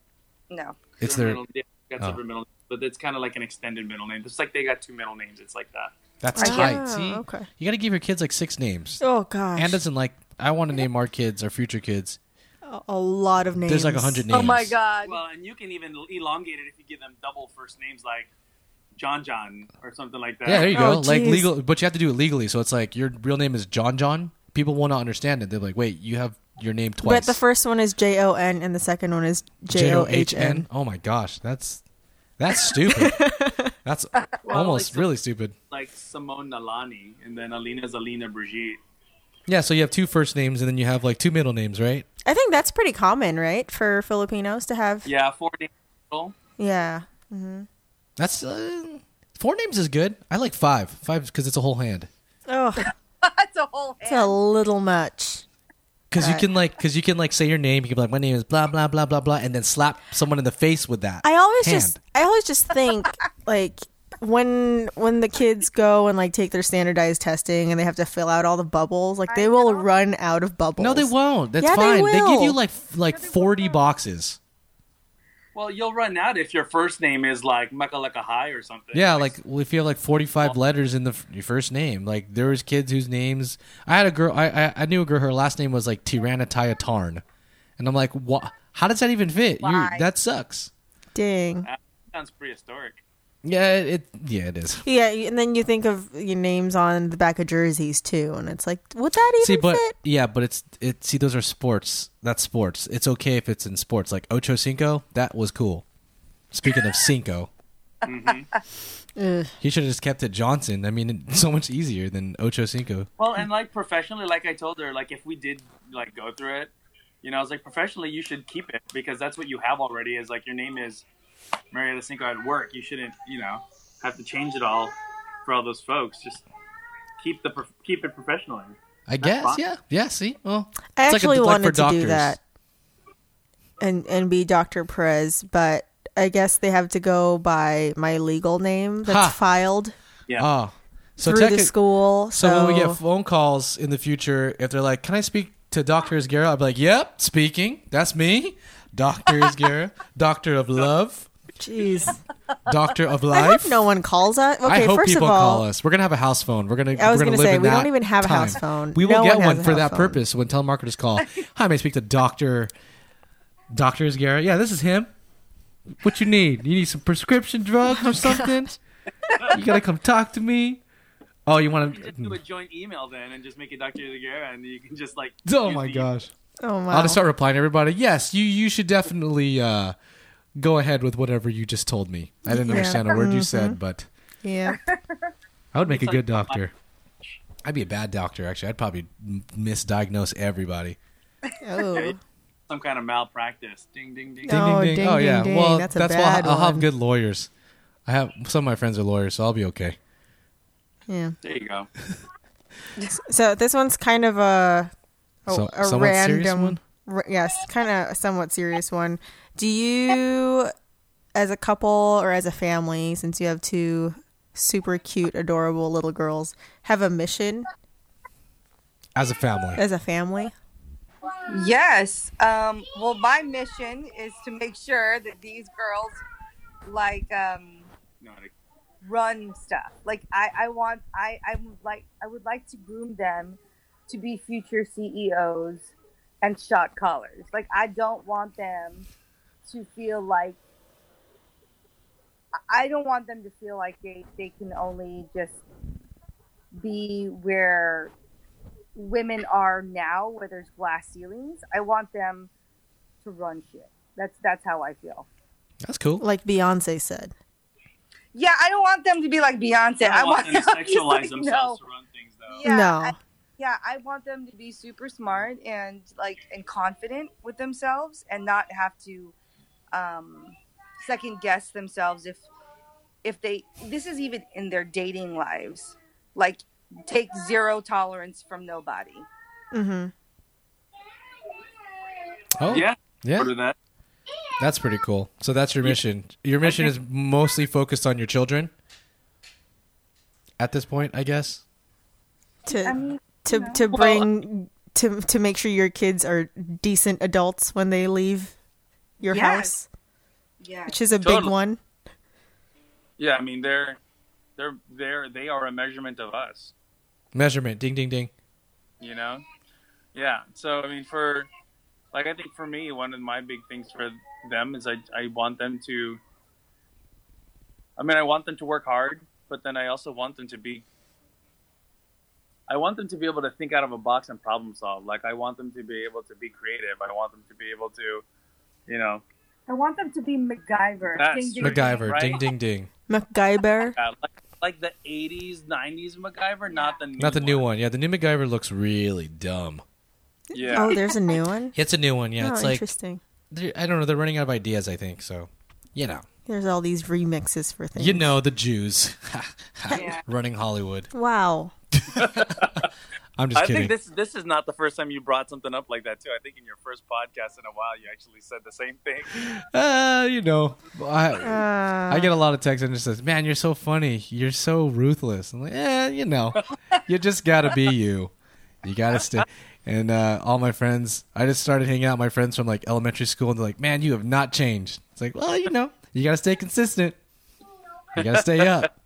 no. It's their middle name. Got oh. separate middle names, but it's kind of like an extended middle name. It's like they got two middle names. It's like that. that's I tight. guess. See, Oh, okay. you got to give your kids like six names. Oh gosh. And doesn't like. I want to name our kids, our future kids. a, a lot of names. There's like a hundred names. Oh my god. Well, and you can even elongate it if you give them double first names, like John John or something like that. Yeah, there you go. Oh, like geez. legal, but you have to do it legally. So it's like your real name is John John. People will not understand it. They're like, wait, you have your name twice. But the first one is J O N and the second one is J O H N. Oh my gosh, that's that's stupid. that's almost like- really stupid. Like Simone Nalani, and then Alina's Alina Brigitte. Yeah, so you have two first names and then you have like two middle names, right? I think that's pretty common, right, for Filipinos to have. Yeah. Yeah, four names. total. That's uh, four names is good. I like five, five because it's a whole hand. Oh, That's a whole it's a hand. little much. Because you Right. can like, because you can like say your name. You can be like, my name is blah blah blah blah blah, and then slap someone in the face with that. I always hand. just, I always just think like when when the kids go and like take their standardized testing and they have to fill out all the bubbles, like they will run out of bubbles. No, they won't. That's Yeah, they fine. They, give will. you like f- like forty boxes. Well, you'll run out if your first name is like Makalaka High or something. Yeah, like well, if you have like forty-five letters in the f- your first name, like there was kids whose names. I had a girl. I I, I knew a girl. Her last name was like Tyrannataya Tarn, and I'm like, what? How does that even fit? You Why? that sucks. Dang. that sounds prehistoric. Yeah, it, it- yeah it is. Yeah, and then you think of your names on the back of jerseys too, and it's like, would that even See, but fit? yeah, but it's it. See, those are sports. That's sports. It's okay if it's in sports. Like Ocho Cinco, that was cool. Speaking of Cinco, he should have just kept it Johnson. I mean, it's so much easier than Ocho Cinco. Well, and like professionally, like I told her, like if we did like go through it, you know, I was like professionally, you should keep it because that's what you have already. Is like your name is Maria Lasinko at work. You shouldn't, you know, have to change it all for all those folks. Just keep the prof- keep it professionally. I guess. fine. Yeah. Yeah. See. Well, I it's like a- actually like wanted for to do doctors. that, and and be Doctor Perez, but I guess they have to go by my legal name that's Ha. filed Yeah. Oh, so through the technic- school. So, So, when we get phone calls in the future, if they're like, "Can I speak to Doctor Isgara?" I'll be like, "Yep, speaking. That's me, Doctor Isgara, Doctor of Love, jeez, Doctor of I Life." hope no one calls us. Okay, I hope first people of all, call us. We're gonna have a house phone. We're gonna. I was we're gonna, gonna live say, in we that don't even have a time. house phone. We will No get one has one a for house that phone. purpose when telemarketers call. Hi, may I speak to Doctor Doctor Isgara? Yeah, this is him. What you need? You need some prescription drugs Oh or something? You gotta come talk to me. Oh, you want Just do to? a joint email then, and just make it Dr. Zagara, and you can just like. Oh use my the- gosh. oh I'll wow, just start replying to everybody. Yes, you you should definitely uh, go ahead with whatever you just told me. I didn't Yeah. Mm-hmm. understand a word you said, but yeah, I would make a good doctor. I'd be a bad doctor, actually. I'd probably m- misdiagnose everybody. oh. Some kind of malpractice. Ding ding ding. No. Oh, ding, oh ding, yeah. ding. Well, That's that's, a why I'll- bad I'll, have one. good lawyers. I have some of my friends are lawyers, so I'll be okay. yeah. There you go. So this one's kind of a a, So- a somewhat random, serious one? r- yes, kind of a somewhat serious one. Do you, as a couple or as a family, since you have two super cute, adorable little girls, have a mission As a family, as a family? Yes. Um, well, my mission is to make sure that these girls like um, No, I- run stuff. Like I, I want, I, I would like, I would like to groom them to be future CEOs and shot callers. Like I don't want them to feel like, I- I don't want them to feel like they, they can only just be where women are now, where there's glass ceilings. I want them to run shit. That's that's how I feel. that's cool. Like Beyonce said. Yeah, I don't want them to be like Beyonce. I I don't want want them to sexualize like, themselves to run things though. Yeah, no, I- yeah, I want them to be super smart and like and confident with themselves and not have to um second guess themselves if if they this is even in their dating lives. Like take zero tolerance from nobody. mm-hmm. Oh Yeah. yeah. Order that. That's pretty cool. So that's your mission. Your mission is mostly focused on your children. At this point, I guess. to I mean, to to Well- bring to to make sure your kids are decent adults when they leave your Yes. house, yeah. which is a big Totally. one. Yeah, I mean they're they're they're they are a measurement of us, Measurement. Ding ding ding. you know? Yeah. So I mean for like I think for me one of my big things for them is I I want them to I mean I want them to work hard, but then I also want them to be I want them to be able to think out of a box and problem solve. Like I want them to be able to be creative. I want them to be able to you know, I want them to be MacGyver. That's Ding, ding, right. ding. MacGyver. Ding ding ding. MacGyver. uh, like like the 80s, 90s MacGyver, not the new Not the new one. Yeah, the new MacGyver looks really dumb. Yeah. Oh, there's a new one. It's a new one. Yeah, oh, it's like interesting. they're- I don't know. They're running out of ideas. I think so. You know. There's all these remixes for things. You know the Jews Yeah. running Hollywood. Wow. I'm just I kidding. think this this is not the first time you brought something up like that too. I think in your first podcast in a while you actually said the same thing. uh, you know, I, Uh, I get a lot of texts and it says, "Man, you're so funny. You're so ruthless." I'm like, "Eh, you know, you just gotta be you. You gotta stay." And uh, all my friends, I just started hanging out with my friends from like elementary school, and they're like, "Man, you have not changed." It's like, well, you know, you gotta stay consistent. You gotta stay up.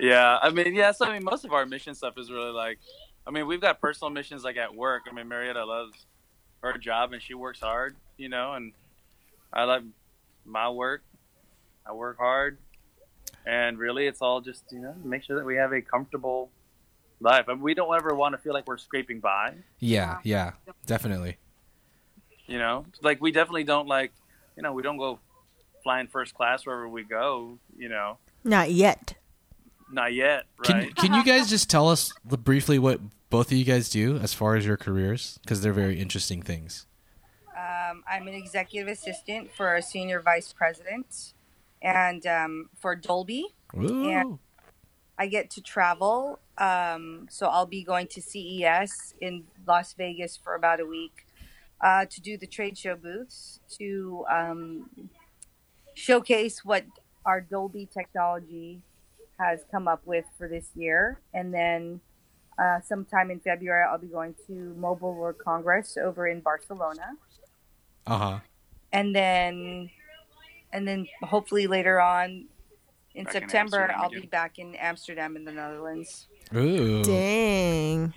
Yeah, I mean, yeah. So I mean, most of our mission stuff is really like, I mean, we've got personal missions like at work. I mean, Marietta loves her job and she works hard, you know, and I love my work. I work hard. And really, it's all just you know make sure that we have a comfortable life. I mean, we don't ever want to feel like we're scraping by. Yeah, yeah, definitely. You know, like we definitely don't like you know we don't go flying first class wherever we go. You know, Not yet. not yet. Can Right? can you guys just tell us l- briefly what both of you guys do as far as your careers because they're very interesting things. Um, I'm an executive assistant for a senior vice president, and um, for Dolby, Ooh. Yeah. I get to travel. Um, so I'll be going to CES in Las Vegas for about a week uh, to do the trade show booths to um, showcase what our Dolby technology has come up with for this year. And then uh, sometime in February, I'll be going to Mobile World Congress over in Barcelona Uh huh. and then and then hopefully later on in Back in September Amsterdam I'll again. be back in Amsterdam in the Netherlands. Ooh. Dang.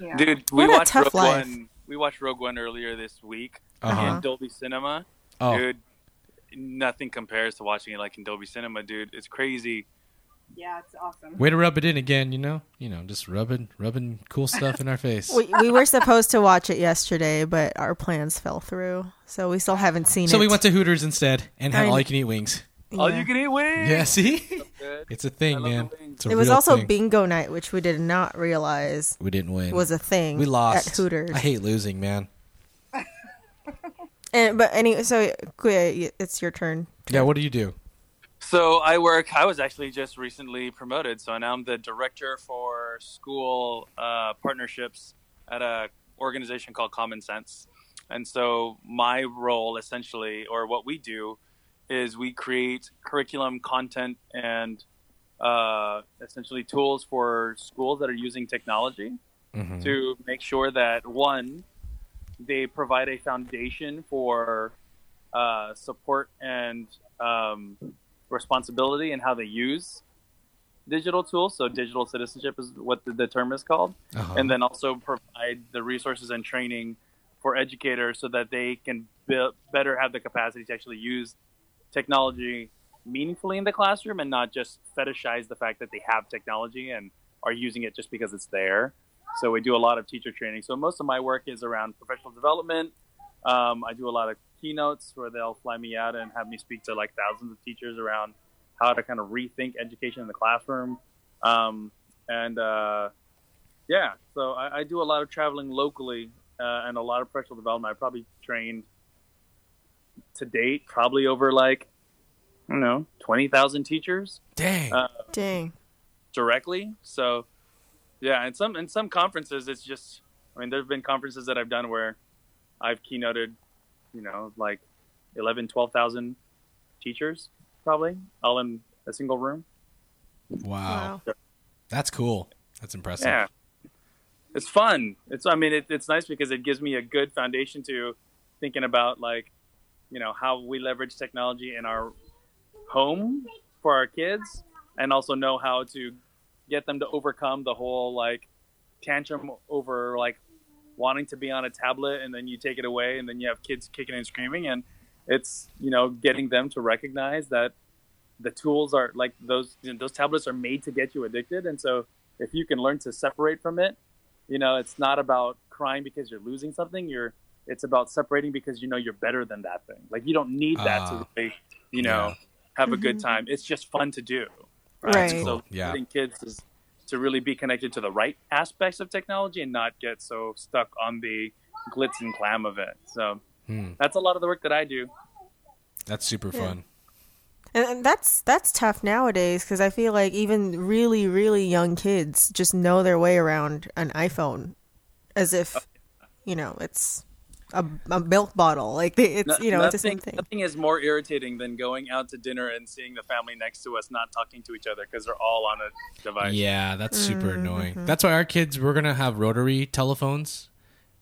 Yeah. Dude, we What a watched tough Rogue life. One. We watched Rogue One earlier this week Uh-huh. in Dolby Cinema. Oh. Dude, nothing compares to watching it like in Dolby Cinema, dude. It's crazy. yeah, it's awesome. Way to rub it in again, you know? You know, just rubbing rubbing cool stuff in our face. We, we were supposed to watch it yesterday, but our plans fell through. So we still haven't seen so it. we went to Hooters instead and had I- all you can eat wings. All Yeah. you can eat wings. Yeah, see? Good. It's a I thing, love man. the wings. It's a It was real also thing. bingo night, which we did not realize We didn't win. was a thing. we lost at Hooters. I hate losing, man. And, but anyway, so Kuya, it's your turn. Yeah, what do you do? So I work. I was actually just recently promoted, so now I'm the director for school uh, partnerships at a organization called Common Sense. And so my role, essentially, or what we do, is we create curriculum, content, and uh, essentially tools for schools that are using technology Mhm. to make sure that one, they provide a foundation for uh, support and um, responsibility and how they use digital tools. So digital citizenship is what the, the term is called, Uh-huh. and then also provide the resources and training for educators so that they can be- better have the capacity to actually use technology meaningfully in the classroom and not just fetishize the fact that they have technology and are using it just because it's there. So we do a lot of teacher training. So most of my work is around professional development. Um, I do a lot of keynotes where they'll fly me out and have me speak to like thousands of teachers around how to kind of rethink education in the classroom. Um, and uh, yeah, so I, I do a lot of traveling locally uh, and a lot of professional development. I probably trained to date probably over like I don't know twenty thousand teachers Dang. uh, Dang. directly. So yeah, and some in some conferences it's just I mean there've been conferences that I've done where I've keynoted, you know, like 11 12,000 teachers probably all in a single room. wow. That's cool. That's impressive. Yeah. It's fun. It's I mean it, it's nice because it gives me a good foundation to thinking about like you know how we leverage technology in our home for our kids and also know how to get them to overcome the whole like tantrum over like wanting to be on a tablet and then you take it away and then you have kids kicking and screaming and it's you know getting them to recognize that the tools are like those you know, those tablets are made to get you addicted and so if you can learn to separate from it you know it's not about crying because you're losing something you're it's about separating because you know you're better than that thing like you don't need that Ah. to really you know Yeah. have a good time it's just fun to do Right. And Cool. so Yeah. getting kids is to really be connected to the right aspects of technology and not get so stuck on the glitz and glam of it so Hmm. that's a lot of the work that i do That's super fun. And, and that's that's tough nowadays because I feel like even really really young kids just know their way around an iPhone, as if you know it's a, a milk bottle. Like they, it's No- you know it's the same nothing- thing. Nothing is more irritating than going out to dinner and seeing the family next to us not talking to each other because they're all on a device. Yeah, that's super Mm-hmm. annoying. That's why our kids we're gonna have rotary telephones,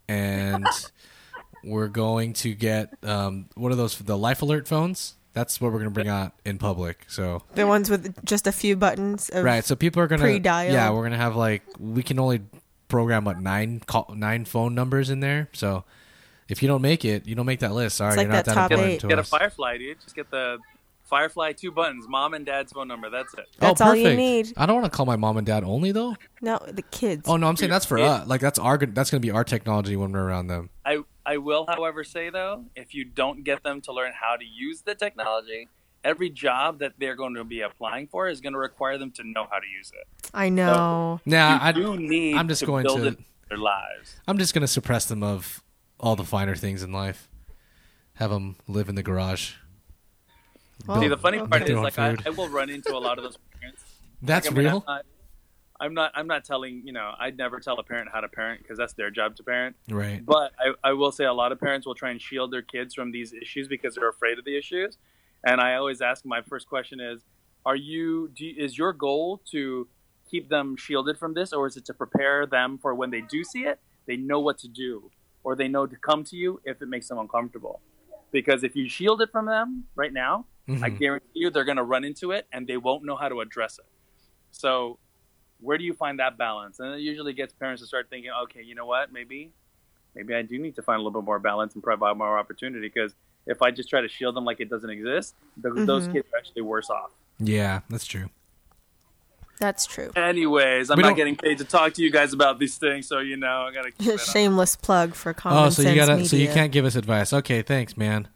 and we're going to get um, what are those? The life alert phones. That's what we're gonna bring out in public. So The ones with just a few buttons. Of, right, so people are gonna Pre-dialed. Yeah, we're gonna have like we can only program what nine call, nine phone numbers in there. So if you don't make it, you don't make that list. Sorry, like you're not that that top important eight. to Get a us. Firefly, dude. Just get the Firefly, two buttons, mom and dad's phone number. That's it. That's oh, all perfect. you need. I don't want to call my mom and dad only though. No, the kids. Oh no, I'm saying that's for Yeah. us. Like that's our that's gonna be our technology when we're around them. I, I will, however, say though, if you don't get them to learn how to use the technology, every job that they're going to be applying for is going to require them to know how to use it. I Oh. know. Nah, you do I, need I'm just to going build to- it into their lives. I'm just gonna suppress them of all the finer things in life. Have them live in the garage. Well, See, the funny okay. part Their is own like I, Oh, food. I will run into a lot of those parents. That's Like, I mean, real. I'm not, I'm not. I'm not telling. You know, I'd never tell a parent how to parent because that's their job to parent. Right. But I, I will say a lot of parents will try and shield their kids from these issues because they're afraid of the issues. And I always ask my first question is, are you, do you- is your goal to keep them shielded from this or is it to prepare them for when they do see it, they know what to do or they know to come to you if it makes them uncomfortable? Because if you shield it from them right now, I Mhm. guarantee you they're going to run into it and they won't know how to address it. So, where do you find that balance? And it usually gets parents to start thinking, okay, you know what? Maybe, maybe I do need to find a little bit more balance and provide more opportunity because if I just try to shield them like it doesn't exist, th- those Mm-hmm. kids are actually worse off. Yeah, that's true. That's true. Anyways, I'm We not don't- getting paid to talk to you guys about these things, so you know I gotta keep it up. Shameless plug for common Oh, so you sense gotta, media. so you can't give us advice. Okay, thanks, man.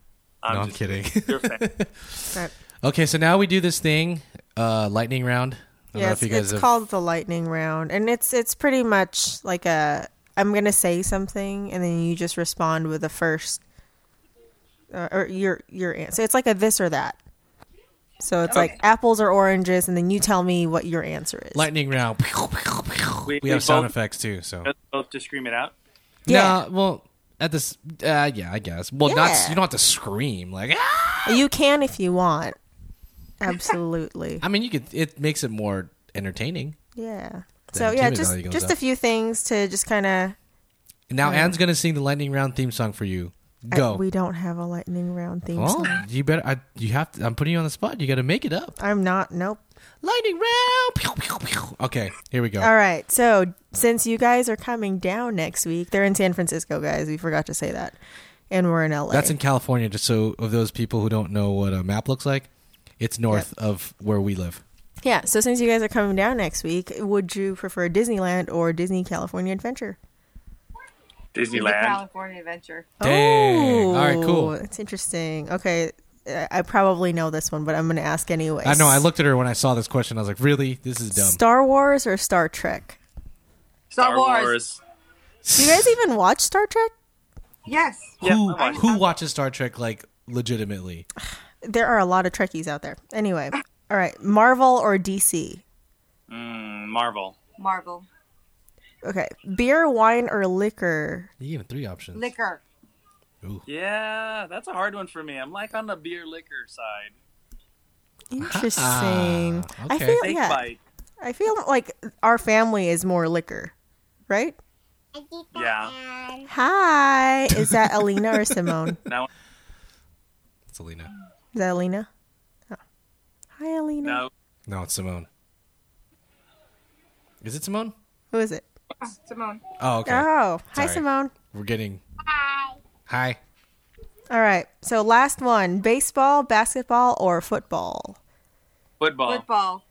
I'm no, I'm just- kidding. You're a fan. Right. okay, so now we do this thing, uh, lightning round. I don't know Yeah, if it's, you guys it's have- called the lightning round, and it's it's pretty much like a I'm gonna say something, and then you just respond with the first uh, or your your answer. It's like a this or that. So it's like apples or oranges, and then you tell me what your answer is. lightning round. We, We- we have sound both- effects too. So Just both to scream it out. yeah, Yeah. well, at this, uh, yeah, I guess. Well, not Yeah. you don't have to scream like. "Ah!" Uh, you can if you want. Absolutely. I mean, you could. It makes it more entertaining. Yeah. So yeah, Jimmy just Valley goes just up. a few things to just kind of Now, Anne's gonna sing the lightning round theme song for you. Go. We don't have a lightning round theme song. oh, you better. I, you have. To, I'm putting you on the spot. You got to make it up. I'm not. Nope. Lightning round. Pew, pew, pew. Okay, here we go. All right. So since you guys are coming down next week, they're in San Francisco, guys. We forgot to say that, and we're in LA. That's in California. Just so of those people who don't know what a map looks like, it's north of where we live. yeah. So since you guys are coming down next week, would you prefer Disneyland or Disney California Adventure? It's a Disneyland. California adventure. Dang. All right, Oh, cool. That's interesting. Okay. uh, I probably know this one, but I'm going to ask anyway. I know. I looked at her when I saw this question. I was like, "Really? This is dumb." Star Wars or Star Trek? Star Wars. Do you guys even watch Star Trek? Yes. who Yeah, I watched who watches Star Trek like legitimately? There are a lot of Trekkies out there. Anyway, all right, Marvel or DC? Mm, Marvel. Marvel. Okay, beer, wine, or liquor? You gave him three options. Liquor. Ooh. Yeah, that's a hard one for me. I'm like on the beer liquor side. Interesting. Ah, I okay. feel Big Oh, yeah. bite. I feel like our family is more liquor, right? Yeah. Hi, is that Alina or Simone? That one, Selena. Is that Alina? Oh. Hi, Alina. no. No, it's Simone. Is it Simone? Who is it? Simone. Oh, okay. Oh, hi, Sorry. Simone. We're getting. Hi. Hi. All right, so last one: baseball, basketball, or football? Football. Football.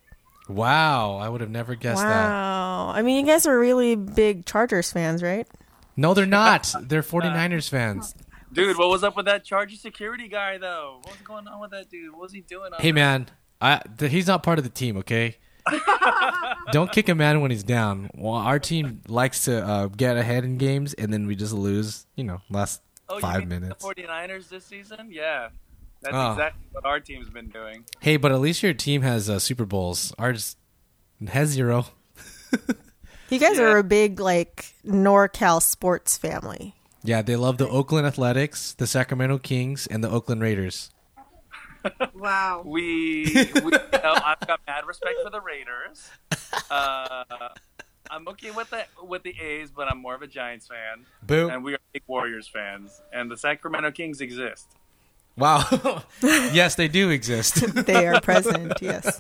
Wow, I would have never guessed that. wow, I mean, you guys are really big Chargers fans, right? No, they're not. Uh, They're 49ers fans. Dude, what was up with that Charger security guy, though? What was going on with that dude? What was he doing? on Hey, man, I, th- he's not part of the team, okay? Don't kick a man when he's down. Well, our team likes to uh, get ahead in games, and then we just lose, you know, last Oh, five you mean minutes. The 49ers this season? Yeah. That's Oh. exactly what our team's been doing. Hey, but at least your team has uh, Super Bowls. Ours has zero. You guys Yeah. are a big like NorCal sports family. Yeah, they love the Oakland Athletics, the Sacramento Kings, and the Oakland Raiders. Wow. We, we you know, I've got mad respect for the Raiders. Uh, I'm okay with the with the A's, but I'm more of a Giants fan, Boo! and we are big Warriors fans. And the Sacramento Kings exist. wow. yes, they do exist. They are present, yes.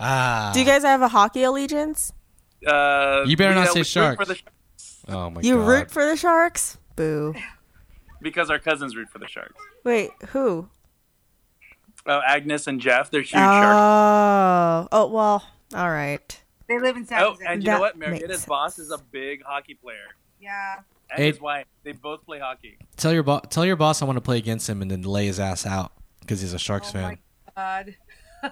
ah, Do you guys have a hockey allegiance? Uh, You better we- not uh, say we root Sharks. for the Sharks oh my You god! root for the Sharks? Boo. because our cousins root for the Sharks. Wait, who? Oh, Agnes and Jeff, they're huge Oh, sharks. oh well, all right. They live in San Oh, Jose. and you That know what? makes Marietta's sense. boss is a big hockey player. yeah. And Hey. his wife. They both play hockey. Tell your bo- tell your boss I want to play against him and then lay his ass out because he's a Sharks Oh fan. my god.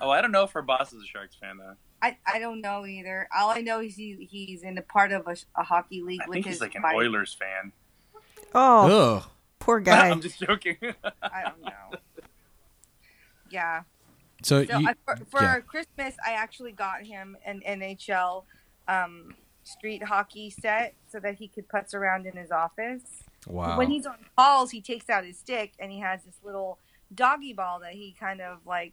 Oh, I don't know if her boss is a Sharks fan though. I, I don't know either. All I know is he, he's in a part of a, sh- a hockey league I with think his he's like an wife. Oilers fan. Oh, Ugh. poor guy. I'm just joking. I don't know. Yeah. So, So you, I, for, for yeah. Christmas, I actually got him an NHL um, street hockey set so that he could putz around in his office. wow. When he's on calls, he takes out his stick and he has this little doggy ball that he kind of like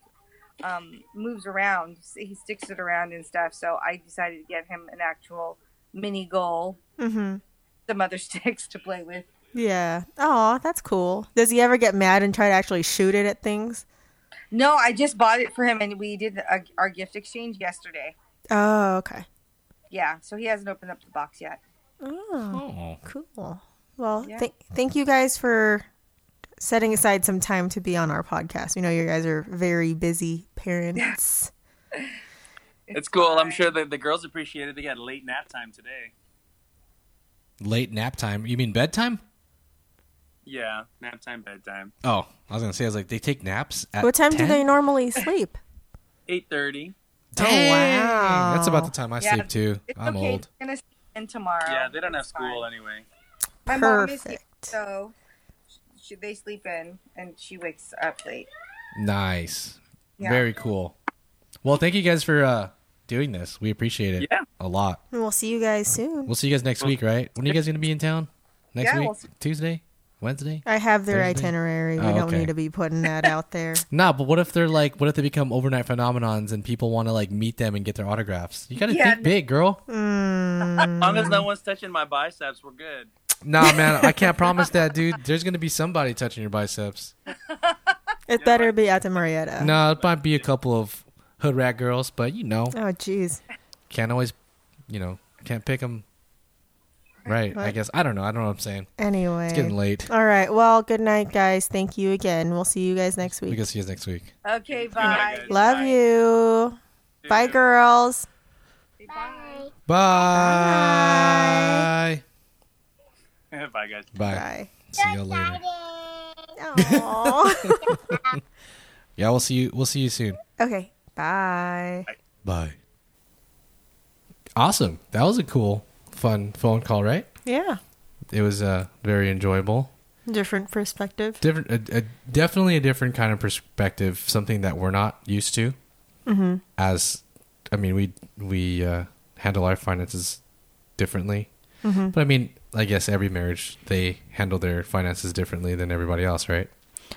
um, moves around. He sticks it around and stuff. So I decided to get him an actual mini goal, Mm-hmm. some other sticks to play with. Yeah. Oh, that's cool. Does he ever get mad and try to actually shoot it at things? No, I just bought it for him and we did a, our gift exchange yesterday. Oh, okay. Yeah, so he hasn't opened up the box yet. Oh, Oh. cool. Well, Yeah. thank thank you guys for setting aside some time to be on our podcast. We know you guys are very busy parents. it's cool. I'm sure the, the girls appreciated they got late nap time today. Late nap time. You mean bedtime? Yeah, nap time, bedtime. Oh, I was gonna say. I was like, they take naps at what time 10? do they normally sleep? Eight thirty. Dang. Oh, wow. That's about the time I Yeah. sleep too. I'm okay. old. He's gonna sleep in tomorrow. Yeah, they don't have It's school fine. anyway. My mom is here, Perfect. so she, they sleep in, and she wakes up late. Nice. Yeah. Very cool. Well, thank you guys for uh, doing this. We appreciate it Yeah. a lot. And we'll see you guys soon. We'll see you guys next week, right? When are you guys gonna be in town? Next Yeah, week, we'll see. Tuesday, Wednesday. I have their Thursday? itinerary. We Oh, don't okay. need to be putting that out there. Nah, but what if they're like, what if they become overnight phenomenons and people want to like meet them and get their autographs? You gotta Yeah, think no- big, girl. Mm, As long as no one's touching my biceps, we're good. Nah, man, I can't promise that, dude. There's gonna be somebody touching your biceps. It better be at the Marietta. No, it might be a couple of hood rat girls, but you know, Oh, jeez. can't always, you know, can't pick them. Right? I Right. guess I don't know. I don't know what I'm saying. Anyway. It's getting late. All right. Well, good night, guys. Thank you again. We'll see you guys next We week. can see you guys next week. Okay, night, bye. guys. Love Bye. you. Bye, girls. Bye. Bye. Bye, guys. Bye. Bye. See you later. Aw. Yeah, we'll see you. We'll see you soon. okay. Bye. Bye. Awesome. That was a cool, fun phone call, right? Yeah. It was uh, very enjoyable. Different perspective. Different, a, a, definitely a different kind of perspective. Something that we're not used to. As, I mean, we we uh, handle our finances differently. But I mean, I guess every marriage they handle their finances differently than everybody else, right?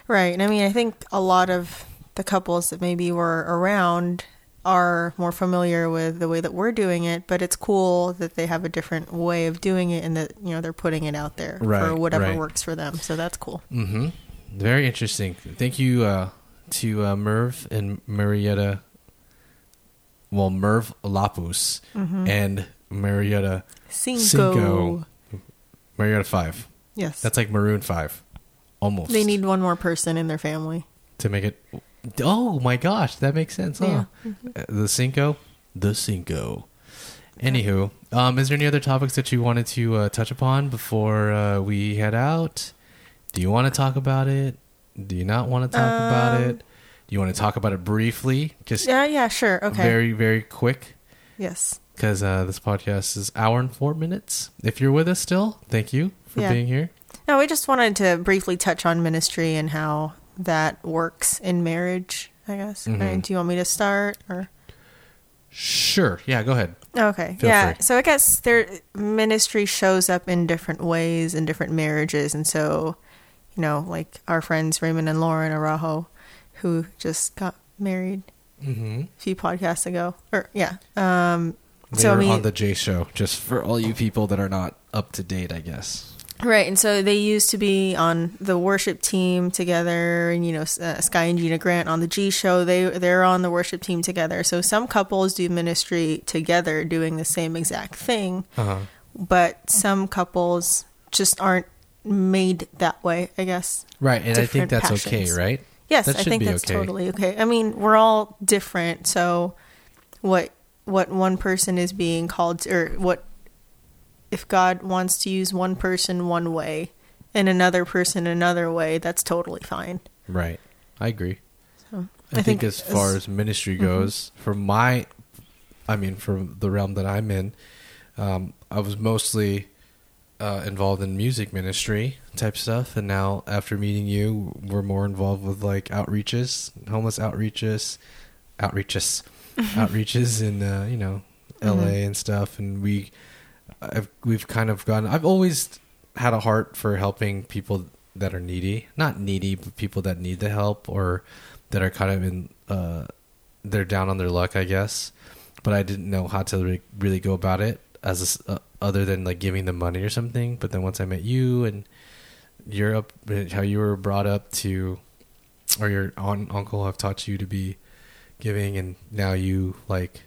Right. And I mean, I think a lot of the couples that maybe were around are more familiar with the way that we're doing it, but it's cool that they have a different way of doing it and that, you know, they're putting it out there for Right, whatever right. works for them. So that's cool. Mm-hmm. Very interesting. Thank you uh, to uh, Merv and Marietta. Well, Merv Lapus and Marietta Cinco. Cinco. Marietta Five. Yes. That's like Maroon Five, almost. they need one more person in their family. to make it. Oh my gosh, that makes sense. Huh? Uh, The Cinco, the Cinco. Anywho, um, is there any other topics that you wanted to uh, touch upon before uh, we head out? Do you want to talk about it? Do you not want to talk about it? Do you want to talk about it briefly? Just Um, Yeah, yeah, sure. Okay. very, very quick yes. because uh, this podcast is hour and four minutes. If you're with us still, thank you for Yeah. being here. No, we just wanted to briefly touch on ministry and how that works in marriage, I guess. Mm-hmm. Right? Do you want me to start or Sure. Yeah. Go ahead. Okay. Feel yeah. free. So I guess their ministry shows up in different ways in different marriages. And so, you know, like our friends Raymond and Lauren Araujo, who just got married Mm-hmm. a few podcasts ago. Or, yeah. Um, They so, I are mean, on the J Show, just for all you people that are not up to date, I guess. Right, and so they used to be on the worship team together, and you know, S- uh, Sky and Gina Grant on the G Show. They they're on the worship team together. So some couples do ministry together, doing the same exact thing, but some couples just aren't made that way. I guess Right, and I think different that's okay, passions. right? Yes, That I should think be that's okay. totally okay. I mean, we're all different, so what what one person is being called to, or what if God wants to use one person one way and another person another way, that's totally fine. Right. I agree. I, I think, think as far as- Mm-hmm. as ministry goes, for my, I mean, from the realm that I'm in, um, I was mostly uh, involved in music ministry type stuff, and now after meeting you, we're more involved with like outreaches, homeless outreaches, outreaches, outreaches in uh, you know L.A. Mm-hmm. and stuff, and we, I've, we've kind of gone. I've always had a heart for helping people that are needy, not needy, but people that need the help or that are kind of in, uh, they're down on their luck, I guess. But I didn't know how to re- really go about it as a s uh, other than like giving them money or something. But then once I met you and Europe, how you were brought up to, or your aunt, uncle have taught you to be giving, and now you like,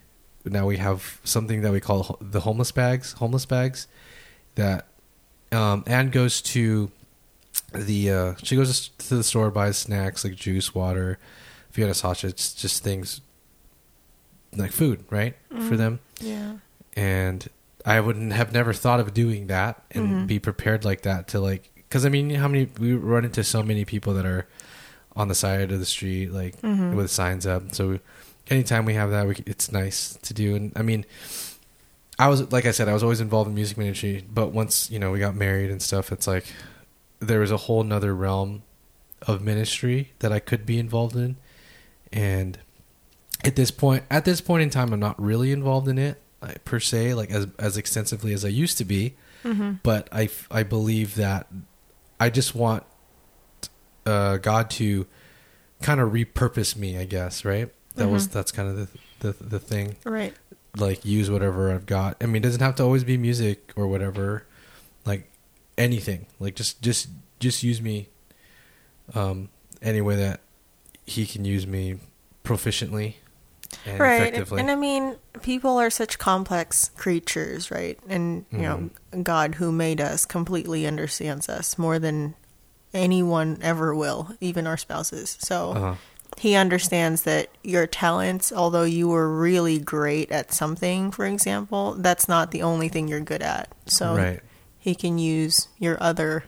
now we have something that we call ho- the homeless bags, homeless bags, that, um, and goes to the uh she goes to the store buys snacks like juice water vienna sausage just things like food right for them Yeah. and i wouldn't have never thought of doing that and be prepared like that to like because i mean how many we run into so many people that are on the side of the street like with signs up so anytime we have that we, c- it's nice to do and i mean I was like I said, I was always involved in music ministry, but once you know we got married and stuff, it's like there was a whole nother realm of ministry that I could be involved in, and at this point, at this point in time, I'm not really involved in it like, per se, like as as extensively as I used to be. But I f- I believe that I just want uh, God to kind of repurpose me, I guess. Right? That was that's kind of the the, the thing Right. like use whatever I've got. I mean, it doesn't have to always be music or whatever, like anything. Like just just just use me um any way that he can use me proficiently and right and, effectively. and i mean people are such complex creatures right and you Mm-hmm. know god who made us completely understands us more than anyone ever will even our spouses so Uh-huh. he understands that your talents although you were really great at something for example that's not the only thing you're good at so Right. he can use your other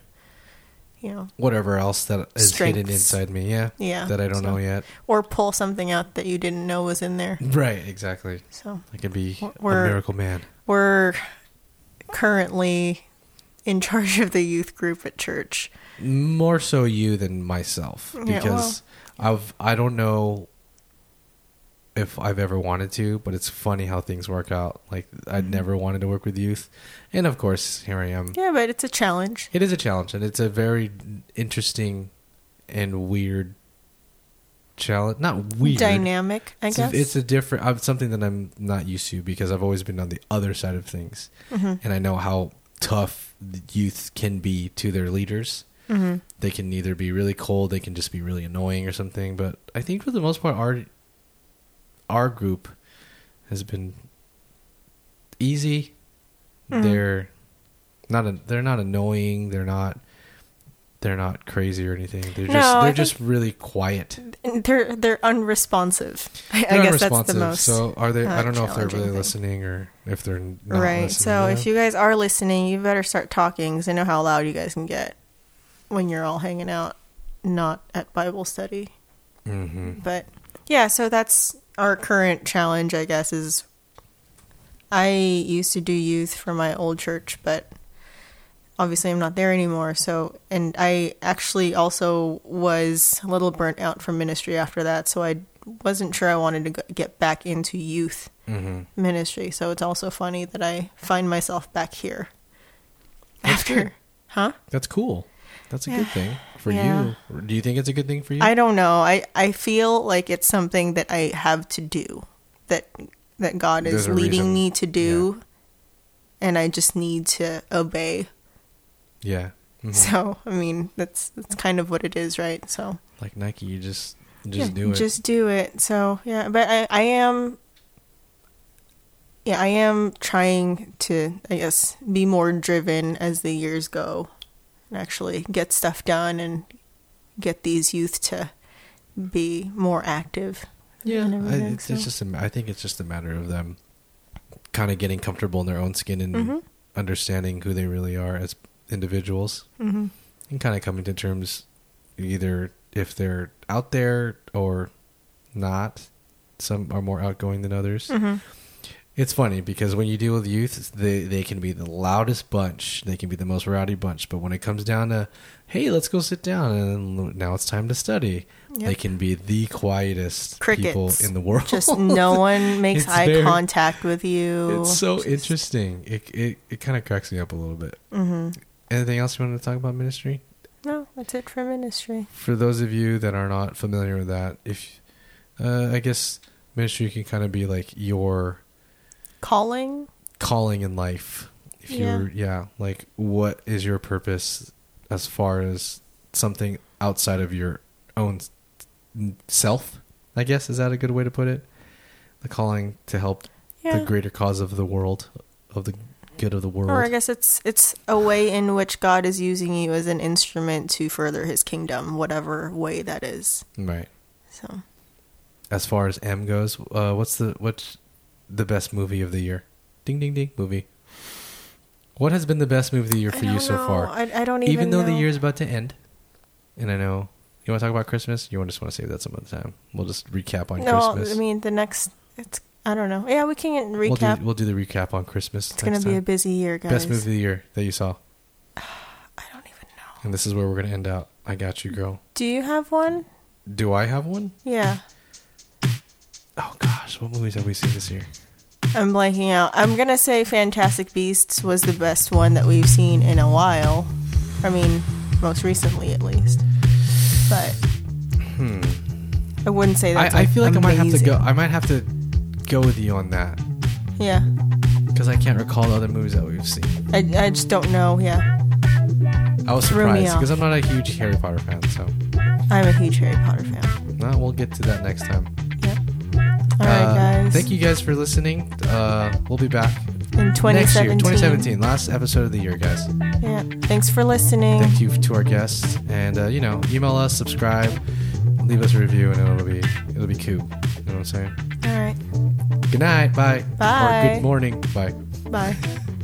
you know whatever else that is hidden Strengths. inside me, yeah. Yeah, That I don't so- know yet. or pull something out that you didn't know was in there Right, exactly. so I could be We're- a miracle man. we're currently in charge of the youth group at church. more so you than myself Yeah, because I've I don't know if I've ever wanted to, but it's funny how things work out. Like I never wanted to work with youth, and of course here I am. Mm-hmm. Yeah, but it's a challenge. It is a challenge, and it's a very interesting and weird challenge. Not weird. Dynamic, I It's a- guess. it's a different uh, something that I'm not used to because I've always been on the other side of things, Mm-hmm. and I know how tough the youth can be to their leaders. Mm-hmm. They can either be really cold, they can just be really annoying or something. But I think for the most part, our our group has been easy. Mm-hmm. They're not a, they're not annoying. They're not they're not crazy or anything. They're No, just I they're think- just really quiet. And they're they're unresponsive. I, I They're guess that's the unresponsive, most. So are they? uh, I don't know if they're challenging really thing. listening or if they're not right. Listening. So if you guys are listening, you better start talking because I know how loud you guys can get when you're all hanging out, not at Bible study. hmm But yeah, so that's our current challenge, I guess, is I used to do youth for my old church, but obviously I'm not there anymore. So, and I actually also was a little burnt out from ministry after that. So I wasn't sure I wanted to go- get back into youth Mm-hmm. ministry. So it's also funny that I find myself back here after. Huh? That's cool. That's a good thing for Yeah. you. Do you think it's a good thing for you? I don't know. I, I feel like it's something that I have to do that that God There's is a leading reason. me to do and I just need to obey. yeah. Mhm. So, I mean, that's that's kind of what it is, right? So Like Nike, you just just yeah, do it. Just do it. So, yeah, but I I am yeah, I am trying to I guess be more driven as the years go and actually get stuff done and get these youth to be more active. Yeah, and I, everything, it's, it's so- just. A, ma- I think it's just a matter of them kind of getting comfortable in their own skin and Mm-hmm. understanding who they really are as individuals, mm-hmm. and kind of coming to terms either if they're out there or not. Some are more outgoing than others. Mm-hmm. It's funny because when you deal with youth, they they can be the loudest bunch, they can be the most rowdy bunch, but when it comes down to, hey, let's go sit down, and now it's time to study, they Yep. can be the quietest people Crickets. in the world. Just no one makes It's eye very- contact with you. it's so interesting. It it, it kind of cracks me up a little bit. Mm-hmm. Anything else you wanted to talk about ministry? no, that's it for ministry. For those of you that are not familiar with that, if uh, I guess ministry can kind of be like your Calling. calling in life. If Yeah. you're yeah, like what is your purpose as far as something outside of your own s- self? I guess is that a good way to put it? The calling to help Yeah. the greater cause of the world, of the good of the world. Or I guess it's it's a way in which God is using you as an instrument to further His kingdom, whatever way that is. Right. So As far as M goes, uh, what's the what's the best movie of the year? Ding ding ding movie. What has been the best movie of the year I for you don't so know. far? I, I don't even, even, though the know. year is about to end, and I know you want to talk about Christmas. You just want to save that some other time. We'll just recap on No, Christmas. I mean the next. It's I don't know. Yeah, we can recap. We'll do we'll do the recap on Christmas. it's gonna next be a time. busy year, guys. best movie of the year that you saw, I don't even know. and this is where we're gonna end out. I got you, girl. Do you have one? Do I have one? Yeah, Oh gosh, what movies have we seen this year? I'm blanking out. I'm gonna say Fantastic Beasts was the best one that we've seen in a while. I mean, most recently at least. But I wouldn't say that's. Hmm. I, I feel like I might have to amazing. go. I might have to go with you on that Yeah, because I can't recall the other movies that we've seen. I, I just don't know. Yeah, I was Threw me surprised off. because I'm not a huge Harry Potter fan. So, I'm a huge Harry Potter fan. no, we'll get to that next time. Yeah. All right, Uh, guys. Thank you guys for listening. Uh, we'll be back In 2017. next year, 2017, last episode of the year, guys. Yeah. Thanks for listening. Thank you to our guests, and uh, you know, email us, subscribe, leave us a review, and it'll be it'll be cool. You know what I'm saying? All right. Good night, bye, Bye. or good morning, bye. Bye.